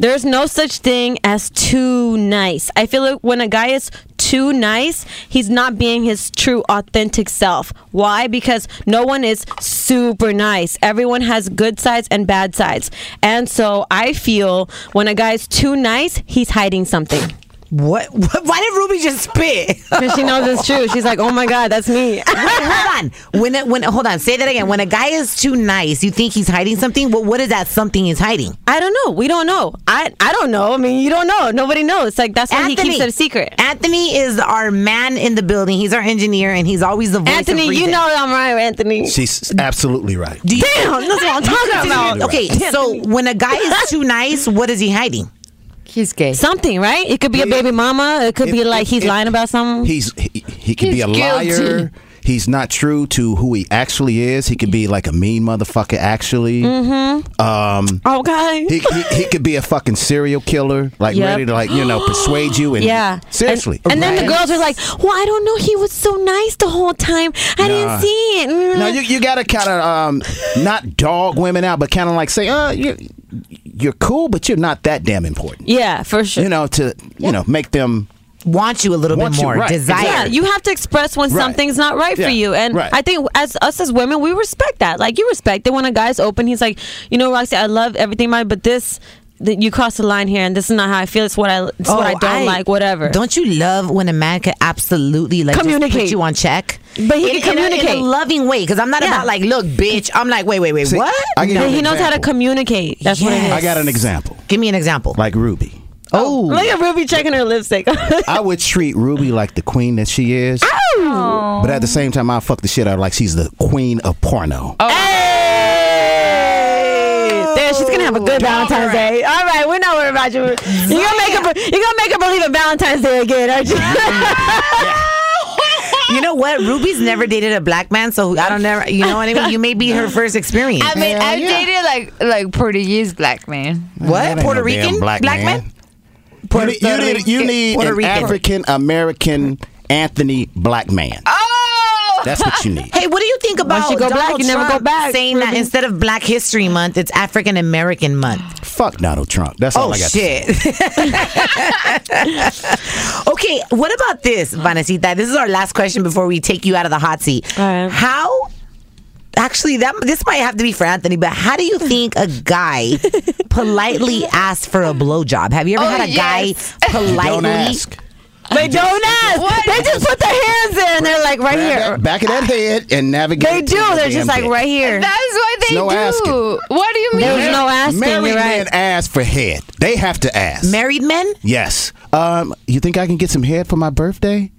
Speaker 3: There's no such thing as too nice. I feel like when a guy is too nice, he's not being his true authentic self. Why? Because no one is super nice. Everyone has good sides and bad sides. And so I feel when a guy is too nice, he's hiding something.
Speaker 1: What? what why did Ruby just spit?
Speaker 3: Because she knows it's true. She's like, oh my God, that's me.
Speaker 1: Wait, hold on. When a, when hold on, say that again. When a guy is too nice, you think he's hiding something. Well, what is that something he's hiding?
Speaker 3: I don't know. We don't know. I I don't know. I mean, you don't know. Nobody knows. Like that's why he keeps it a secret.
Speaker 1: Anthony is our man in the building. He's our engineer, and he's always the voice. of
Speaker 3: Anthony, you
Speaker 1: reason.
Speaker 3: know I'm right, Anthony.
Speaker 8: She's absolutely right.
Speaker 1: Do you-
Speaker 3: Damn, that's what I'm talking about.
Speaker 1: Okay, so when a guy is too nice, what is he hiding?
Speaker 2: He's gay.
Speaker 3: Something, right? It could be a
Speaker 8: Yeah.
Speaker 3: baby mama. It could be
Speaker 8: If-
Speaker 3: like
Speaker 8: if-
Speaker 3: he's
Speaker 8: if-
Speaker 3: lying about something.
Speaker 8: He's he, he could be
Speaker 2: He's
Speaker 8: a liar.
Speaker 2: guilty.
Speaker 8: He's not true to who he actually is. He could be like a mean motherfucker. Actually,
Speaker 5: Mm-hmm.
Speaker 3: okay.
Speaker 8: he, he he could be a fucking serial killer, like
Speaker 3: Yep.
Speaker 8: ready to like you know persuade you. And
Speaker 3: yeah.
Speaker 8: seriously.
Speaker 3: And, and then the girls are like, well, I don't know. He was so nice the whole time.
Speaker 8: Nah.
Speaker 3: I didn't see it. Mm.
Speaker 8: No, you, you gotta kind of um, not dog women out, but kind of like say, uh, you you're cool, but you're not that damn important.
Speaker 3: yeah, for sure.
Speaker 8: You know, to you know make them
Speaker 1: Want you a little
Speaker 8: Want
Speaker 1: bit
Speaker 8: you,
Speaker 1: more,
Speaker 8: right.
Speaker 1: desire.
Speaker 3: Yeah, you have to express when
Speaker 8: Right.
Speaker 3: something's not right
Speaker 8: Yeah,
Speaker 3: for you, and
Speaker 8: right.
Speaker 3: I think as us as women, we respect that. Like you respect that when a guy's open, he's like, you know, Roxy, I love everything, my but this. That you cross the line here, and this is not how I feel. It's what I, it's what Oh, I don't like. Whatever.
Speaker 1: Oh, Don't you love when a man can absolutely like just
Speaker 3: Communicate.
Speaker 1: put you on check?
Speaker 3: But he
Speaker 1: In-
Speaker 3: can
Speaker 1: in a- in a,
Speaker 3: communicate.
Speaker 1: loving way because I'm not
Speaker 3: Yeah.
Speaker 1: about like, look, bitch. I'm like, wait, wait, wait,
Speaker 8: See,
Speaker 1: what?
Speaker 8: I can-
Speaker 3: But he
Speaker 8: an
Speaker 3: knows how to
Speaker 8: example.
Speaker 3: communicate. That's what it
Speaker 1: Yes.
Speaker 3: is.
Speaker 8: I got an example,
Speaker 1: Give me an example.
Speaker 8: like Ruby.
Speaker 1: oh,
Speaker 3: Look Oh. at Ruby checking her lipstick.
Speaker 8: I would treat Ruby like the queen that she is. But at the same time, I fuck the shit out of her like she's the queen of porno.
Speaker 3: Oh, There, she's gonna have a good Valentine's Day. All right, we're not worried about you. You're gonna make her. You're gonna make her believe in Valentine's Day again, aren't you?
Speaker 8: Oh.
Speaker 1: you know what? Ruby's never dated a black man, so I don't never. You know what I mean? You may be her first experience.
Speaker 2: I mean,
Speaker 8: Hell
Speaker 2: I've
Speaker 8: yeah.
Speaker 2: dated like like Portuguese black man.
Speaker 1: what?
Speaker 8: Ain't
Speaker 1: Puerto
Speaker 8: no damn
Speaker 1: Rican
Speaker 8: black, man. You need, you need, you need
Speaker 1: Puerto
Speaker 8: an
Speaker 1: Rican.
Speaker 8: African American Anthony black man.
Speaker 3: Oh.
Speaker 2: Oh!
Speaker 8: That's what you need.
Speaker 1: Hey, what do you think about
Speaker 3: Once you go
Speaker 1: Donald
Speaker 3: black, you never
Speaker 1: Trump
Speaker 3: go back,
Speaker 1: saying that
Speaker 3: Ruby.
Speaker 1: instead of Black History Month, it's African American Month?
Speaker 8: Fuck Donald Trump. That's all
Speaker 1: oh
Speaker 8: I got. to say.
Speaker 1: shit. okay, what about this, Vanesita? This is our last question before we take you out of the hot seat.
Speaker 3: All right.
Speaker 1: How? Actually, that this might have to be for Anthony, but how do you think a guy politely asked for a blowjob? Have you ever
Speaker 2: Oh,
Speaker 1: had a
Speaker 2: yes.
Speaker 1: guy politely?
Speaker 8: Don't ask.
Speaker 3: They don't ask. They just put their hands in. They're like right
Speaker 8: Grab
Speaker 3: here.
Speaker 8: that back of that head and navigate.
Speaker 3: They
Speaker 8: it to
Speaker 3: do.
Speaker 8: your
Speaker 3: They're
Speaker 8: damn
Speaker 3: just like
Speaker 8: dick.
Speaker 3: right here.
Speaker 2: That's what they
Speaker 8: No
Speaker 2: do.
Speaker 8: asking.
Speaker 2: What do you mean?
Speaker 3: There's no asking.
Speaker 8: Married
Speaker 3: You're
Speaker 8: men
Speaker 3: right.
Speaker 9: eh,
Speaker 8: ask for head. They have to ask.
Speaker 1: Married men?
Speaker 8: yes. Um, you think I can get some head for my birthday?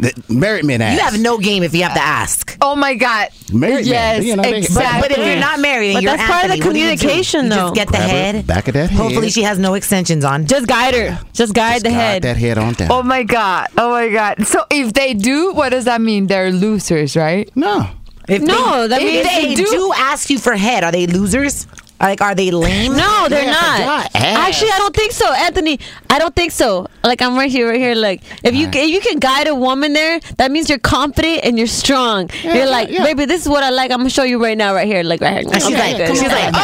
Speaker 8: The- married men ask.
Speaker 1: You have no game if you have to ask.
Speaker 2: Oh my god.
Speaker 8: Married
Speaker 2: yes,
Speaker 8: man, you know, they-
Speaker 2: exactly.
Speaker 1: But if you're not married, and
Speaker 3: But
Speaker 1: you're
Speaker 3: that's part of the
Speaker 1: Anthony, what do you do?
Speaker 3: communication,
Speaker 1: You
Speaker 3: though.
Speaker 1: just get the
Speaker 8: Grab her
Speaker 1: head.
Speaker 8: back of that head.
Speaker 1: Hopefully, she has no extensions on.
Speaker 3: Just guide her. Just guide the
Speaker 8: God,
Speaker 3: head.
Speaker 8: that head on down.
Speaker 2: Oh my god. Oh my god. So if they do, what does that mean? They're losers, right?
Speaker 8: No.
Speaker 1: If
Speaker 3: No,
Speaker 1: they,
Speaker 3: that
Speaker 1: if
Speaker 3: means
Speaker 1: they,
Speaker 3: they
Speaker 1: do,
Speaker 3: do-
Speaker 1: ask you for head. Are they losers? Like, are they lame?
Speaker 3: No, they're
Speaker 8: God,
Speaker 3: not.
Speaker 8: ass.
Speaker 3: Actually, I don't think so, Anthony. I don't think so. Like I'm right here, right here. Like if you if you can guide a woman there, that means you're confident and you're strong. you're like,
Speaker 8: yeah.
Speaker 3: baby, this is what I like. I'm gonna show you right now, right here, like right here.
Speaker 1: And she's
Speaker 3: Okay,
Speaker 1: like,
Speaker 3: good.
Speaker 1: she's like,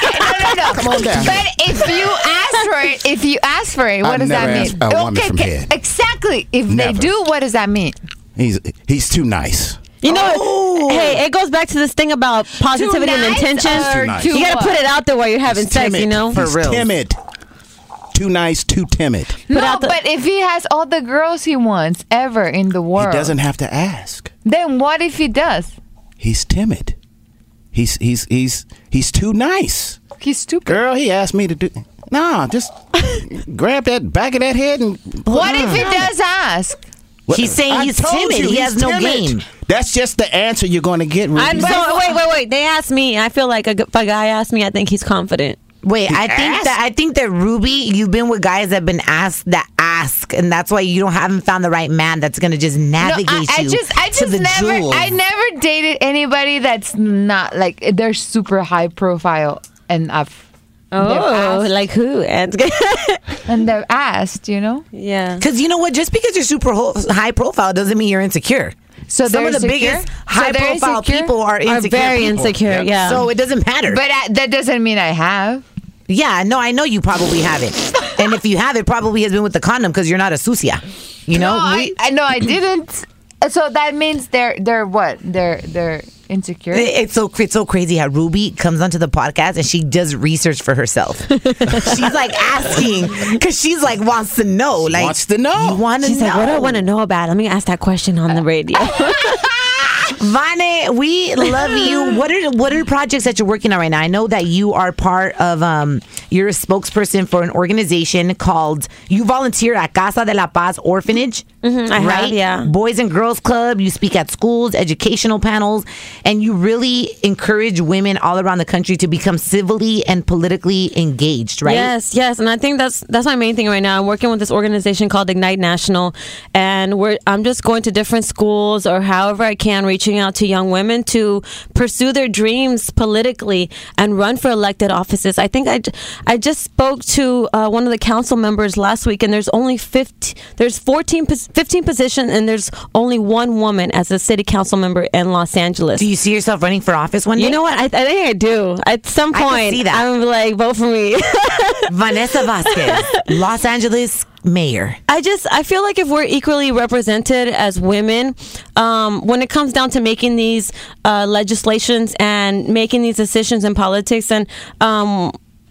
Speaker 8: Come on down.
Speaker 2: But if you ask for it, if you ask for it, what
Speaker 8: I've
Speaker 2: does
Speaker 8: never
Speaker 2: that
Speaker 8: asked
Speaker 2: mean?
Speaker 8: a woman from
Speaker 2: okay,
Speaker 8: head.
Speaker 2: exactly. If they
Speaker 8: Never.
Speaker 2: do, what does that mean?
Speaker 8: He's he's too nice.
Speaker 3: you know, hey, it goes back to this thing about positivity
Speaker 2: Too
Speaker 3: and
Speaker 2: nice
Speaker 3: intention.
Speaker 2: or
Speaker 8: nice.
Speaker 2: too
Speaker 3: You gotta
Speaker 2: what?
Speaker 3: put it out there while you're having
Speaker 8: He's
Speaker 3: sex.
Speaker 8: timid.
Speaker 3: You know,
Speaker 8: He's timid. Too nice, too timid.
Speaker 2: No,
Speaker 3: out the-
Speaker 2: but if he has all the girls he wants ever in the
Speaker 8: He
Speaker 2: world,
Speaker 8: doesn't have to ask.
Speaker 2: then what if he does?
Speaker 8: He's timid. He's he's he's he's too nice.
Speaker 2: He's stupid.
Speaker 8: Girl, he asked me to do. Nah, just grab that back of that head and.
Speaker 2: What if he
Speaker 8: Mm.
Speaker 2: does ask?
Speaker 1: He's saying
Speaker 8: I
Speaker 1: he's
Speaker 8: told
Speaker 1: timid.
Speaker 8: you,
Speaker 1: He
Speaker 8: he's
Speaker 1: has no
Speaker 8: timid.
Speaker 1: game.
Speaker 8: That's just the answer you're going to get. Ruby.
Speaker 3: I'm so wait, wait, wait. They asked me. I feel like a, g- if a guy asked me, I think he's confident.
Speaker 1: Wait, I think that I think that Ruby, you've been with guys that have been asked that ask, and that's why you don't haven't found the right man that's gonna just navigate
Speaker 2: I, I
Speaker 1: you.
Speaker 2: just, I
Speaker 1: to
Speaker 2: just
Speaker 1: the
Speaker 2: never,
Speaker 1: jewels.
Speaker 2: I never dated anybody that's not like they're super high profile and I've
Speaker 3: Oh,
Speaker 2: asked.
Speaker 3: like who? And
Speaker 2: and they've asked, you know.
Speaker 3: yeah.
Speaker 1: Because you know what? Just because you're super ho- high profile doesn't mean you're insecure.
Speaker 2: So
Speaker 1: Some of
Speaker 2: they're
Speaker 1: the
Speaker 2: insecure?
Speaker 1: biggest
Speaker 2: So
Speaker 1: high
Speaker 2: they're
Speaker 1: profile
Speaker 2: insecure?
Speaker 1: people are
Speaker 3: Are
Speaker 1: insecure.
Speaker 3: very
Speaker 1: people.
Speaker 3: insecure, yeah.
Speaker 1: So it doesn't matter.
Speaker 2: But I, that doesn't mean I have.
Speaker 1: Yeah, no, I know you probably have it. and if you have it, probably has been with the condom because you're not a sucia. You know?
Speaker 2: No, I,
Speaker 1: We-
Speaker 2: I no, I didn't. So that means they're they're what? They're they're insecure.
Speaker 1: It- It's so cra- it's so crazy how Ruby comes onto the podcast and she does research for herself. she's like asking because she's like wants to know. like
Speaker 8: wants to know.
Speaker 1: You want to
Speaker 3: She's
Speaker 1: know.
Speaker 3: like, what do I want to know about? Let me ask that question on the radio.
Speaker 1: Vane, we love you. What are what are projects that you're working on right now? I know that you are part of um you're a spokesperson for an organization called you volunteer at Casa de la Paz Orphanage. Mm-hmm,
Speaker 3: I have, yeah.
Speaker 1: Boys and Girls Club, you speak at schools, educational panels, and you really encourage women all around the country to become civilly and politically engaged, right?
Speaker 3: Yes, yes, and I think that's that's my main thing right now. I'm working with this organization called Ignite National, and we're I'm just going to different schools or however I can, reaching out to young women to pursue their dreams politically and run for elected offices. I think I, j- I just spoke to uh, one of the council members last week, and there's only 15, there's 14, pos- 15 positions, and there's only one woman as a city council member in Los Angeles.
Speaker 1: Do you see yourself running for office one day?
Speaker 3: You know what? I, I think I do. At some
Speaker 1: I can
Speaker 3: point,
Speaker 1: see that.
Speaker 3: I'm like, vote for me.
Speaker 1: Vanessa Vasquez, Los Angeles mayor.
Speaker 3: I just I feel like if we're equally represented as women, um, when it comes down to making these uh, legislations and making these decisions in politics, and um,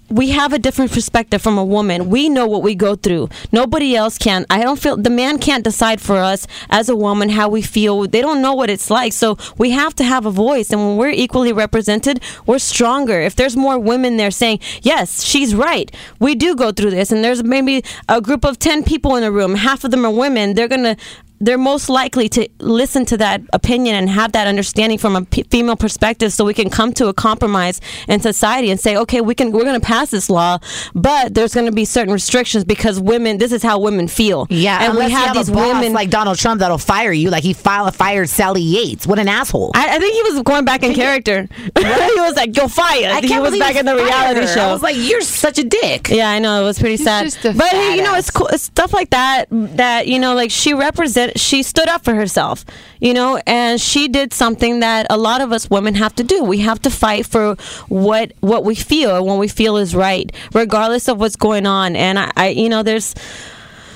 Speaker 3: we have a different perspective from a woman. We know what we go through. Nobody else can. I don't feel the man can't decide for us as a woman how we feel. They don't know what it's like, so we have to have a voice. And when we're equally represented, we're stronger. If there's more women there saying, "Yes, she's right," we do go through this, and there's maybe a group of 10 people in a room half of them are women they're gonna they're most likely to listen to that opinion and have that understanding from a p- female perspective so we can come to a compromise in society and say okay we can we're going to pass this law but there's going to be certain restrictions because women this is how women feel and we
Speaker 1: unless you
Speaker 3: have,
Speaker 1: a
Speaker 3: these
Speaker 1: boss
Speaker 3: women
Speaker 1: like Donald Trump that'll fire you, like he file, fired Sally Yates. What an asshole!
Speaker 3: I, I think he was going back in character he was like you're fired he was
Speaker 1: believe
Speaker 3: back
Speaker 1: you
Speaker 3: in the
Speaker 1: fired
Speaker 3: reality
Speaker 1: her.
Speaker 3: show
Speaker 1: I was like, you're such a dick.
Speaker 3: Yeah, I know it was pretty sad.
Speaker 2: just a
Speaker 3: but hey, you know,
Speaker 2: fat-ass.
Speaker 3: it's cool. It's stuff like that that you know, like she represent, she stood up for herself, you know, and she did something that a lot of us women have to do. We have to fight for what what we feel and what we feel is right, regardless of what's going on. And I, I you know, there's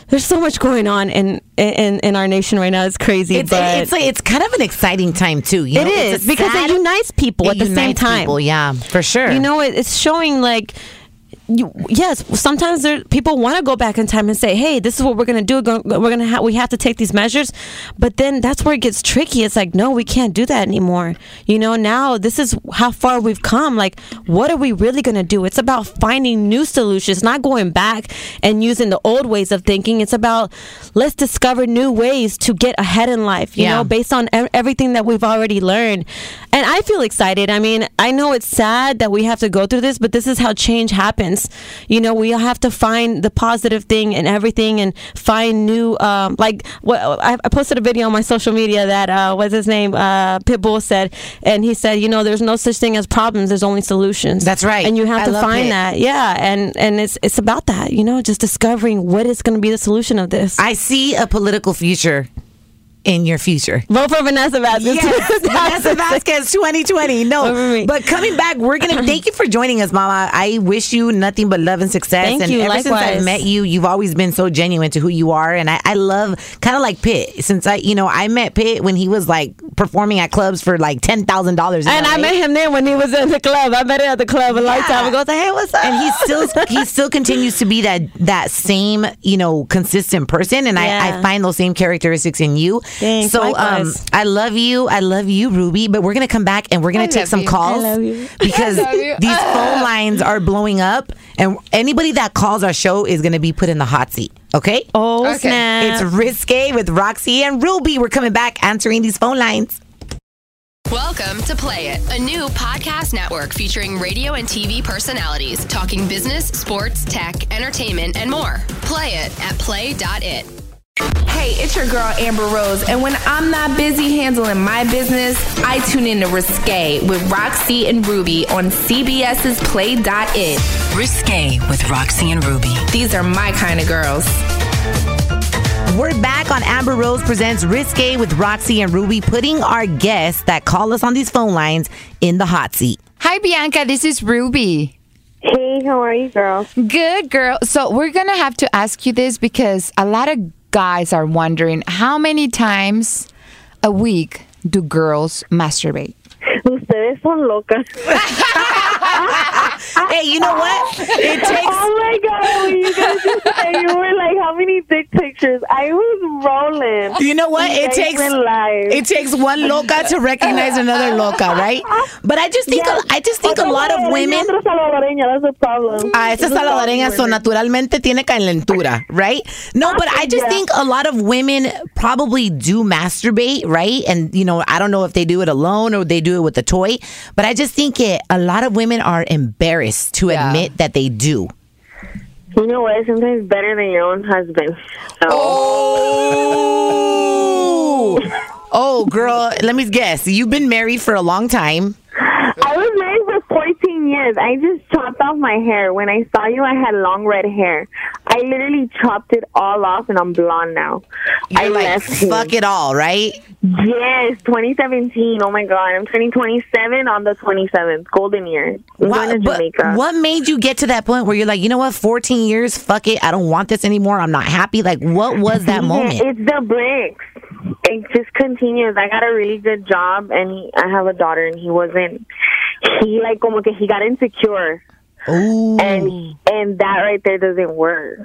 Speaker 3: there's so much going on in in in our nation right now. It's crazy,
Speaker 1: It's
Speaker 3: but.
Speaker 1: it's, it's kind of an exciting time too. You
Speaker 3: it
Speaker 1: know? It's
Speaker 3: is
Speaker 1: a
Speaker 3: because
Speaker 1: sad-
Speaker 3: it unites people at
Speaker 1: it
Speaker 3: the same
Speaker 1: unites
Speaker 3: time.
Speaker 1: people, yeah, for sure.
Speaker 3: You know, it, it's showing like. You, yes, sometimes there, people want to go back in time and say, "Hey, this is what we're going to do. Go- We're going to ha- we have to take these measures," but then that's where it gets tricky. It's like, no, we can't do that anymore. You know, now this is how far we've come. Like, what are we really going to do? It's about finding new solutions, not going back and using the old ways of thinking. It's about let's discover new ways to get ahead in life. You
Speaker 1: Yeah.
Speaker 3: know, based on ev- everything that we've already learned. And I feel excited. I mean, I know it's sad that we have to go through this, but this is how change happens. You know, we have to find the positive thing in everything and find new, um, like, what, I, I posted a video on my social media that, uh, what's his name? Uh, Pitbull said, and he said, you know, there's no such thing as problems, there's only solutions.
Speaker 1: That's right.
Speaker 3: And you have
Speaker 1: I
Speaker 3: to
Speaker 1: love
Speaker 3: find
Speaker 1: it.
Speaker 3: that. Yeah. And, and it's, it's about that, you know, just discovering what is going to be the solution of this.
Speaker 1: I see a political future in your future.
Speaker 3: Vote for Vanessa Vasquez.
Speaker 1: Yes, Vanessa Vasquez 2020.
Speaker 3: Over
Speaker 1: No,
Speaker 3: me.
Speaker 1: but coming back, we're gonna thank you for joining us, Mama. I wish you nothing but love and success.
Speaker 3: Thank
Speaker 1: and
Speaker 3: you,
Speaker 1: ever since I've
Speaker 3: likewise.
Speaker 1: met you, you've always been so genuine to who you are, and I, I love kind of like Pitt. Since I, you know, I met Pitt when he was like performing at clubs for like ten thousand dollars,
Speaker 3: And I met him then when he was in the club. I met him at the club a long time ago. I was like, hey, what's up?
Speaker 1: and he still he still continues to be that that same you know consistent person and I, I
Speaker 3: Yeah.
Speaker 1: find those same characteristics in you
Speaker 3: Thanks,
Speaker 1: so um
Speaker 3: likewise.
Speaker 1: i love you i love you ruby but we're gonna come back and we're gonna
Speaker 2: I
Speaker 1: take
Speaker 2: love
Speaker 1: some
Speaker 2: you. I
Speaker 1: calls
Speaker 3: love you.
Speaker 1: because
Speaker 2: love you.
Speaker 1: these phone lines are blowing up and anybody that calls our show is gonna be put in the hot seat okay
Speaker 3: oh,
Speaker 2: Okay.
Speaker 3: snap.
Speaker 1: it's risque with roxy and ruby we're coming back answering these phone lines
Speaker 4: Welcome to Play It, a new podcast network featuring radio and TV personalities talking business, sports, tech, entertainment, and more. Play it at play.it.
Speaker 6: Hey, it's your girl Amber Rose, and when I'm not busy handling my business, I tune in to Risque with Roxy and Ruby on CBS's Play.it.
Speaker 7: Risque with Roxy and Ruby.
Speaker 6: These are my kind of girls.
Speaker 1: We're back on Amber Rose Presents Risque with Roxy and Ruby, putting our guests that call us on these phone lines in the hot seat.
Speaker 2: Hi Bianca, this is Ruby.
Speaker 10: Hey, how are you, girl?
Speaker 2: Good girl. So we're gonna have to ask you this because a lot of guys are wondering how many times a week do girls masturbate?
Speaker 10: Ustedes son locas.
Speaker 1: Hey, you know what? It takes
Speaker 10: Oh my god, when you guys just said you were like, how many dick pictures? I was rolling.
Speaker 1: You know what?
Speaker 10: You
Speaker 1: It
Speaker 10: guys
Speaker 1: takes
Speaker 10: went live.
Speaker 1: it takes one loca to recognize another loca, right? But I just think
Speaker 10: Yeah.
Speaker 1: I just think a
Speaker 10: Otra
Speaker 1: lot of
Speaker 10: salvadoreña,
Speaker 1: women.
Speaker 10: otra salvadoreña, that's the problem.
Speaker 1: Ah, esas
Speaker 10: That's the
Speaker 1: salvadoreñas son
Speaker 10: problem.
Speaker 1: naturalmente tiene calentura, right? No, but I just
Speaker 10: Yeah.
Speaker 1: think a lot of women probably do masturbate, right? And you know, I don't know if they do it alone or they do it with a toy, but I just think it. A lot of women are embarrassed to
Speaker 2: Yeah.
Speaker 1: admit that they do.
Speaker 10: You know what? Sometimes better than your own husband. So,
Speaker 1: Oh, oh, girl. Let me guess. You've been married for a long time.
Speaker 10: I was married for 14 years. I just chopped off my hair. When I saw you, I had long red hair. I literally chopped it all off, and I'm blonde now. I
Speaker 1: You're like,
Speaker 10: left him.
Speaker 1: fuck it all, right?
Speaker 10: Yes, 2017. Oh my god, I'm turning 27 on the 27th. Golden year. I'm
Speaker 1: Wha-
Speaker 10: going to
Speaker 1: but
Speaker 10: Jamaica.
Speaker 1: what made you get to that point where you're like, you know what, 14 years, fuck it, I don't want this anymore, I'm not happy? Like, what was that
Speaker 10: Yeah,
Speaker 1: moment?
Speaker 10: It's the bricks. It just continues. I got a really good job, and he, I have a daughter, and he wasn't. He like como que he got insecure,
Speaker 1: Ooh,
Speaker 10: and and that right there doesn't work.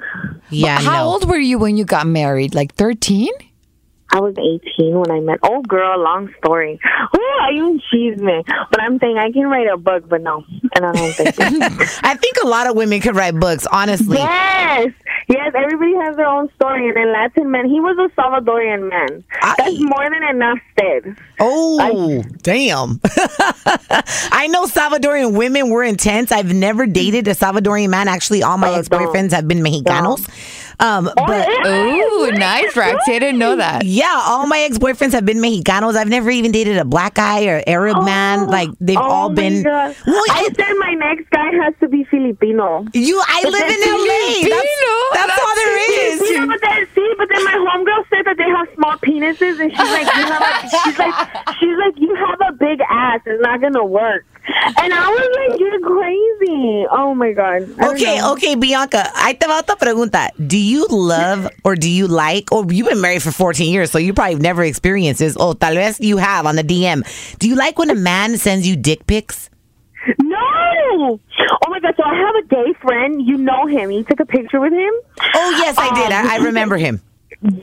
Speaker 1: yeah,
Speaker 2: how
Speaker 1: no.
Speaker 2: old were you when you got married? Like 13?
Speaker 10: I was 18 when I met. Oh, girl, long story. Oh, I even cheese me. But I'm thinking I can write a book, but no, and I don't think. so.
Speaker 1: I think a lot of women could write books, honestly.
Speaker 10: yes, yes. Everybody has their own story, and then Latin man. He was a Salvadorian man.
Speaker 1: I-
Speaker 10: That's more than enough said.
Speaker 1: Oh, damn. I know Salvadorian women were intense. I've never dated a Salvadorian man. Actually, all my
Speaker 10: Oh,
Speaker 1: ex boyfriends have been Mexicanos. Um, but.
Speaker 2: Ooh, nice, Rex. I didn't know that.
Speaker 1: Yeah, all my ex boyfriends have been Mexicanos. I've never even dated a black guy or Arab man. Like they've
Speaker 10: oh
Speaker 1: all
Speaker 10: my
Speaker 1: been.
Speaker 10: God.
Speaker 1: Well,
Speaker 10: I
Speaker 1: it-
Speaker 10: said my next guy has to be Filipino.
Speaker 1: you, I live in LA. That's, that's, all there is.
Speaker 10: You know, but then see, but then my homegirl said that they have small penises, and she's like, you have a, she's like, she's like, you have a big ass. It's not gonna work. And I was like, you're crazy. Oh my god. I don't
Speaker 1: Okay,
Speaker 10: know.
Speaker 1: okay, Bianca. Ahí te va otra pregunta. Do you love or do you like? Or you've been married for 14 years, so you probably never experienced this. Oh, tal vez you have on the DM. Do you like when a man sends you dick pics?
Speaker 10: No. Oh my god. So I have a gay friend. You know him. You took a picture with him.
Speaker 1: Oh, yes, I did. I, I remember him.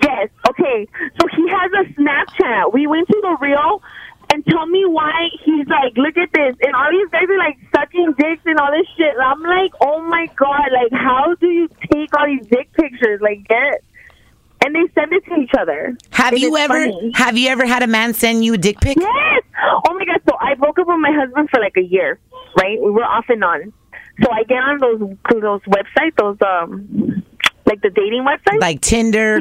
Speaker 10: Yes. Okay. So he has a Snapchat. We went to the reel and tell me why he's like, look at this. And all these guys are like sucking dicks and all this shit. And I'm like, oh my God. Like, how do you take all these dick pictures? Like, get. And they send it to each other.
Speaker 1: Have
Speaker 10: And
Speaker 1: you
Speaker 10: it's
Speaker 1: ever
Speaker 10: funny.
Speaker 1: have you ever had a man send you a dick pic?
Speaker 10: Yes. Oh my god. So I broke up with my husband for like a year, right? We were off and on. So I get on those those websites, those um, like the dating websites.
Speaker 1: Like Tinder,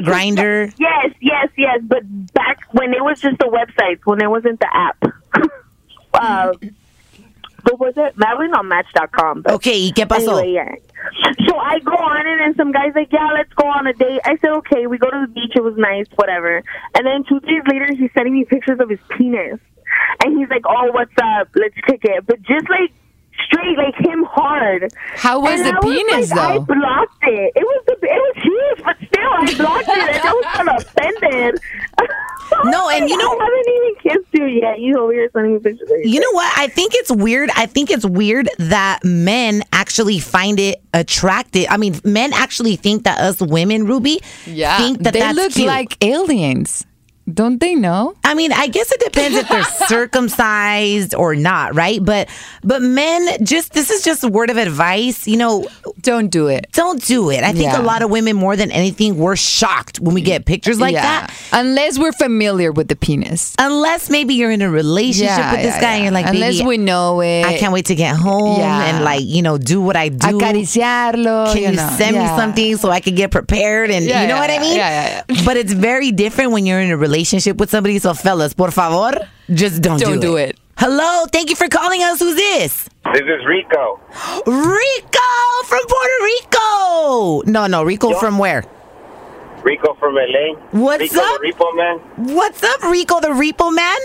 Speaker 1: Grinder.
Speaker 10: Yes, yes, yes. But back when it was just the websites, when it wasn't the app. uh, what was it? Madeline on Match.com. But
Speaker 1: Okay, ¿y qué pasó?
Speaker 10: Anyway, yeah. So I go on it, and some guy's like, "Yeah, let's go on a date." I said, "Okay." We go to the beach. It was nice, whatever. And then two days later, he's sending me pictures of his penis, and he's like, "Oh, what's up? Let's kick it." But just like straight, like him hard.
Speaker 2: How was
Speaker 10: And
Speaker 2: the
Speaker 10: I
Speaker 2: penis,
Speaker 10: like, I
Speaker 2: though?
Speaker 10: blocked it. It was the, it was huge, but still, I blocked it, and I was kind of offended.
Speaker 1: No, and you know-
Speaker 10: I haven't even kissed you yet. You over here sending me pictures. of your
Speaker 1: You know what? I think it's weird. I think it's weird that men actually find it attractive. I mean, men actually think that us women, Ruby, think that
Speaker 2: they
Speaker 1: that's
Speaker 2: look
Speaker 1: cute.
Speaker 2: like aliens. Don't they know?
Speaker 1: I mean, I guess it depends if they're circumcised or not, right? But but men just this is just a word of advice, you know,
Speaker 2: Don't do it.
Speaker 1: don't do it. I think
Speaker 2: Yeah.
Speaker 1: a lot of women more than anything we're shocked when we get pictures like
Speaker 2: Yeah.
Speaker 1: that.
Speaker 2: Unless we're familiar with the penis.
Speaker 1: Unless maybe you're in a relationship with this
Speaker 2: yeah,
Speaker 1: guy
Speaker 2: yeah.
Speaker 1: and you're like,
Speaker 2: Unless
Speaker 1: "Baby,
Speaker 2: we know it.
Speaker 1: I can't wait to get home
Speaker 2: Yeah.
Speaker 1: and like, you know, do what I do.
Speaker 2: Acariciarlo.
Speaker 1: Can you,
Speaker 2: know.
Speaker 1: send me
Speaker 2: Oh, Yeah.
Speaker 1: something so I can get prepared? And
Speaker 2: Yeah,
Speaker 1: you know
Speaker 2: yeah,
Speaker 1: what I mean?
Speaker 2: yeah, yeah,
Speaker 1: But it's very different when you're in a relationship with somebody. So, fellas, por favor, just don't,
Speaker 2: Don't do it.
Speaker 1: Hello, thank you for calling us. Who's this?
Speaker 9: This is Rico.
Speaker 1: Rico from Puerto Rico. No, no, Rico from where?
Speaker 9: Rico from LA.
Speaker 1: What's
Speaker 9: Rico
Speaker 1: up?
Speaker 9: The repo man.
Speaker 1: What's up, Rico the Repo Man?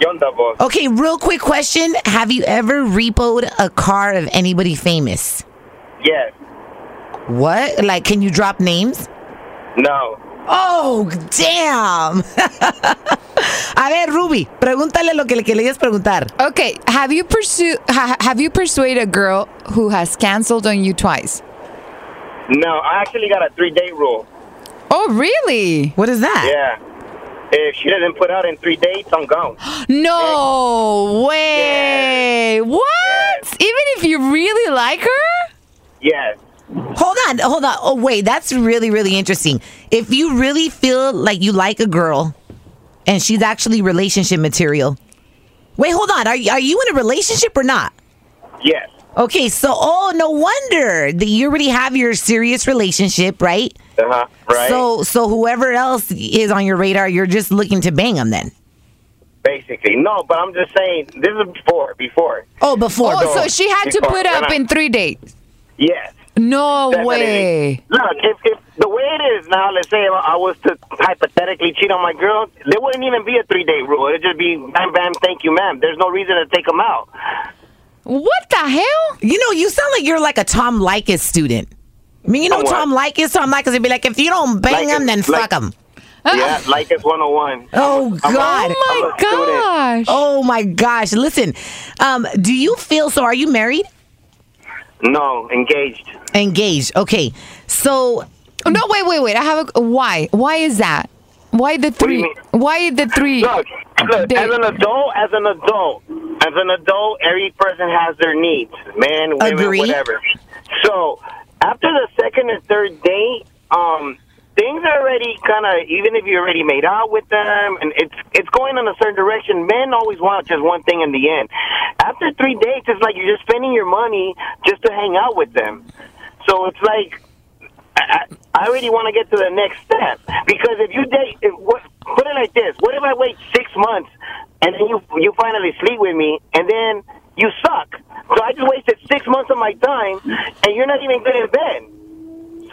Speaker 9: ¿Qué onda, vos?
Speaker 1: Okay, real quick question. Have you ever repoed a car of anybody famous?
Speaker 9: Yes.
Speaker 1: What? Like, can you drop names?
Speaker 9: No.
Speaker 1: Oh, damn. A ver, Ruby, pregúntale lo que le querías preguntar.
Speaker 2: Okay, have you pursued? Ha, have you persuaded a girl who has canceled on you twice?
Speaker 9: No, I actually got a three day rule.
Speaker 2: Oh, really?
Speaker 1: What is that?
Speaker 9: Yeah. If she doesn't put out in three days, I'm gone.
Speaker 2: No way! What? Even if you really like her?
Speaker 9: Yes.
Speaker 1: Hold on, hold on. Oh, wait, that's really, really interesting. If you really feel like you like a girl and she's actually relationship material, wait, hold on. Are, you- are you in a relationship or not?
Speaker 9: Yes.
Speaker 1: Okay, so, oh, no wonder that you already have your serious relationship, right?
Speaker 9: Uh huh. Right.
Speaker 1: So, so whoever else is on your radar, you're just looking to bang them then.
Speaker 9: Basically, no. But I'm just saying, this is before. Before.
Speaker 1: Oh, before.
Speaker 2: Oh, so she had to put up in three days.
Speaker 9: Yes.
Speaker 2: No
Speaker 9: Definitely.
Speaker 2: way.
Speaker 9: Look, if, if the way it is now, let's say I was to hypothetically cheat on my girl, there wouldn't even be a three day rule. It'd just be bam, bam, thank you, ma'am. There's no reason to take them out.
Speaker 2: What the hell?
Speaker 1: You know, you sound like you're like a Tom Likas student. I mean, you know
Speaker 9: A what?
Speaker 1: Tom Likas? Tom Likas would be like, if you don't bang
Speaker 9: Likas,
Speaker 1: him, then
Speaker 9: like-
Speaker 1: fuck him.
Speaker 9: Yeah, like it's 101.
Speaker 1: Oh,
Speaker 9: I'm a- I'm
Speaker 1: God.
Speaker 9: a student.
Speaker 2: Gosh.
Speaker 1: Oh my gosh. Listen, um, do you feel so? Are you married?
Speaker 9: No, engaged.
Speaker 1: Engaged. Okay. So,
Speaker 2: No, wait, wait, wait. I have a why. Why is that? Why the
Speaker 9: do you
Speaker 2: three? Why the three?
Speaker 9: Look, look
Speaker 2: They-
Speaker 9: as an adult, as an adult, as an adult, every person has their needs, man, women,
Speaker 1: Agree.
Speaker 9: whatever. So after the second or third date, um, things are already kind of even if you already made out with them, and it's it's going in a certain direction. Men always want just one thing in the end. After three dates, it's like you're just spending your money just to hang out with them. So it's like I, I really want to get to the next step because if you date, if, what, put it like this: What if I wait six months and then you you finally sleep with me, and then you suck? So I just wasted six months of my time, and you're not even good in bed.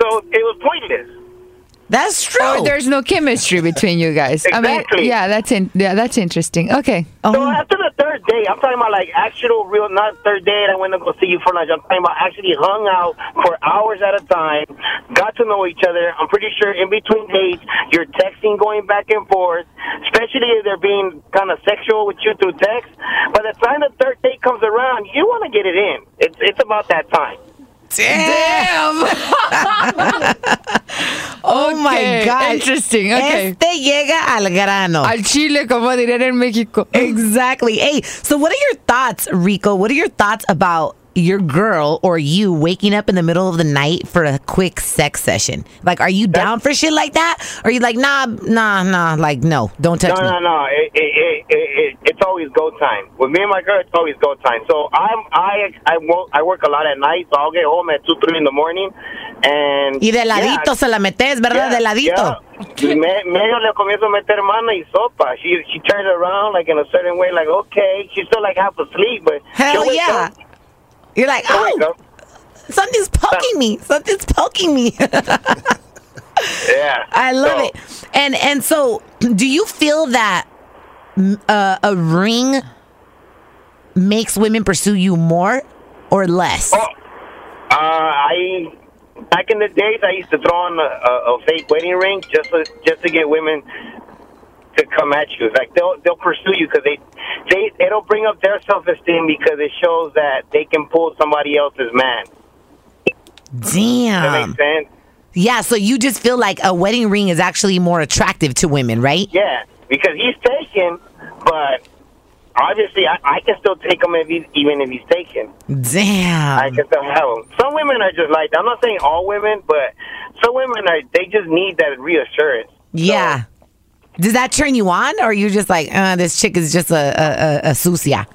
Speaker 9: So it was pointless.
Speaker 1: that's true.
Speaker 2: Or Oh, there's no chemistry between you guys. I mean,
Speaker 9: Exactly.
Speaker 2: yeah, that's in, yeah, that's interesting. Okay. Um,
Speaker 9: So after the third day, I'm talking about like actual real, not third day and I went to go see you for lunch. I'm talking about actually hung out for hours at a time, got to know each other. I'm pretty sure in between dates, you're texting, going back and forth, especially if they're being kind of sexual with you through text. By the time the third date comes around, you want to get it in. It's, it's about that time.
Speaker 1: Damn. oh my
Speaker 2: Okay,
Speaker 1: gosh.
Speaker 2: interesting, okay.
Speaker 1: Este llega al grano.
Speaker 2: Al Chile, como dirían en México.
Speaker 1: exactly. Hey, so what are your thoughts, Rico? What are your thoughts about your girl or you waking up in the middle of the night for a quick sex session? Like, are you down for shit like that? Or are you like, nah, nah, nah, like, no, don't touch
Speaker 9: No,
Speaker 1: me?
Speaker 9: no, no. It, it, it, it, it, it's always go time. With me and my girl, it's always go time. So I'm I I work, I work a lot at night, so I'll get home at two three in the morning, and
Speaker 1: Y de ladito
Speaker 9: yeah,
Speaker 1: se la metes, ¿verdad? de ladito.
Speaker 9: yeah. Me, medio le comienzo a meter mano y sopa. She she turns around like in a certain way, like okay, she's still like half asleep, but she'll
Speaker 1: Hell
Speaker 9: wake
Speaker 1: yeah.
Speaker 9: up.
Speaker 1: You're like,
Speaker 9: She'll wake
Speaker 1: oh,
Speaker 9: up.
Speaker 1: something's poking me. Something's poking me.
Speaker 9: Yeah,
Speaker 1: I love
Speaker 9: So,
Speaker 1: it. And and so, do you feel that mm, uh, a ring makes women pursue you more or less?
Speaker 9: Oh, uh, I back in the days I used to throw on a, a, a fake wedding ring just to, just to get women to come at you. Like they'll they'll pursue you because they they they don't bring up their self esteem because it shows that they can pull somebody else's man. That
Speaker 1: Damn.
Speaker 9: makes sense.
Speaker 1: Yeah. So you just feel like a wedding ring is actually more attractive to women, right?
Speaker 9: Yeah, because he's taken, but obviously I, I can still take him if he's, even if he's taken. I
Speaker 1: Damn.
Speaker 9: can still have them. Some women are just like that. I'm not saying all women, but some women are. They just need that reassurance.
Speaker 1: Yeah. Does that turn you on, or are you just like, uh, this chick is just a a, a, a sucia?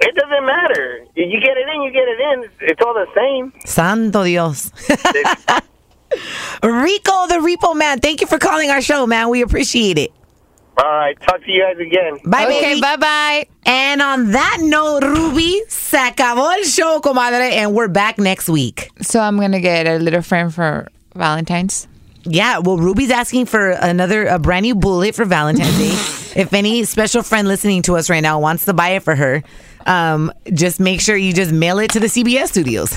Speaker 9: It doesn't matter. You get it in, you get it in. It's, it's all the same.
Speaker 1: Santo Dios. Rico the Repo Man, thank you for calling our show, man. We appreciate it.
Speaker 9: All right, talk to you guys again.
Speaker 1: Bye,
Speaker 2: okay,
Speaker 1: baby.
Speaker 2: bye bye.
Speaker 1: And on that note, Ruby, se acabó el show, comadre, and we're back next week.
Speaker 2: So I'm gonna get a little friend for Valentine's.
Speaker 1: Yeah, well, Ruby's asking for another a brand new bullet for Valentine's Day. If any special friend listening to us right now wants to buy it for her, um, just make sure you just mail it to the CBS studios.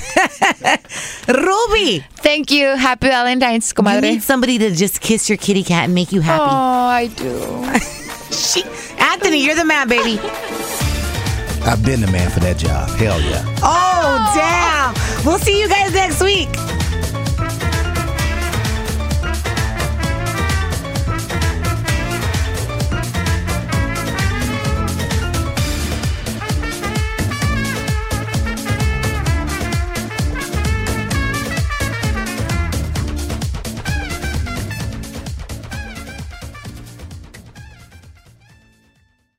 Speaker 1: Ruby,
Speaker 2: thank you. Happy Valentine's, comadre.
Speaker 1: You need somebody to just kiss your kitty cat and make you happy.
Speaker 2: Oh, I do.
Speaker 1: she, Anthony, you're the man, baby.
Speaker 8: I've been the man for that job. Hell yeah.
Speaker 1: Oh, damn. We'll see you guys next week.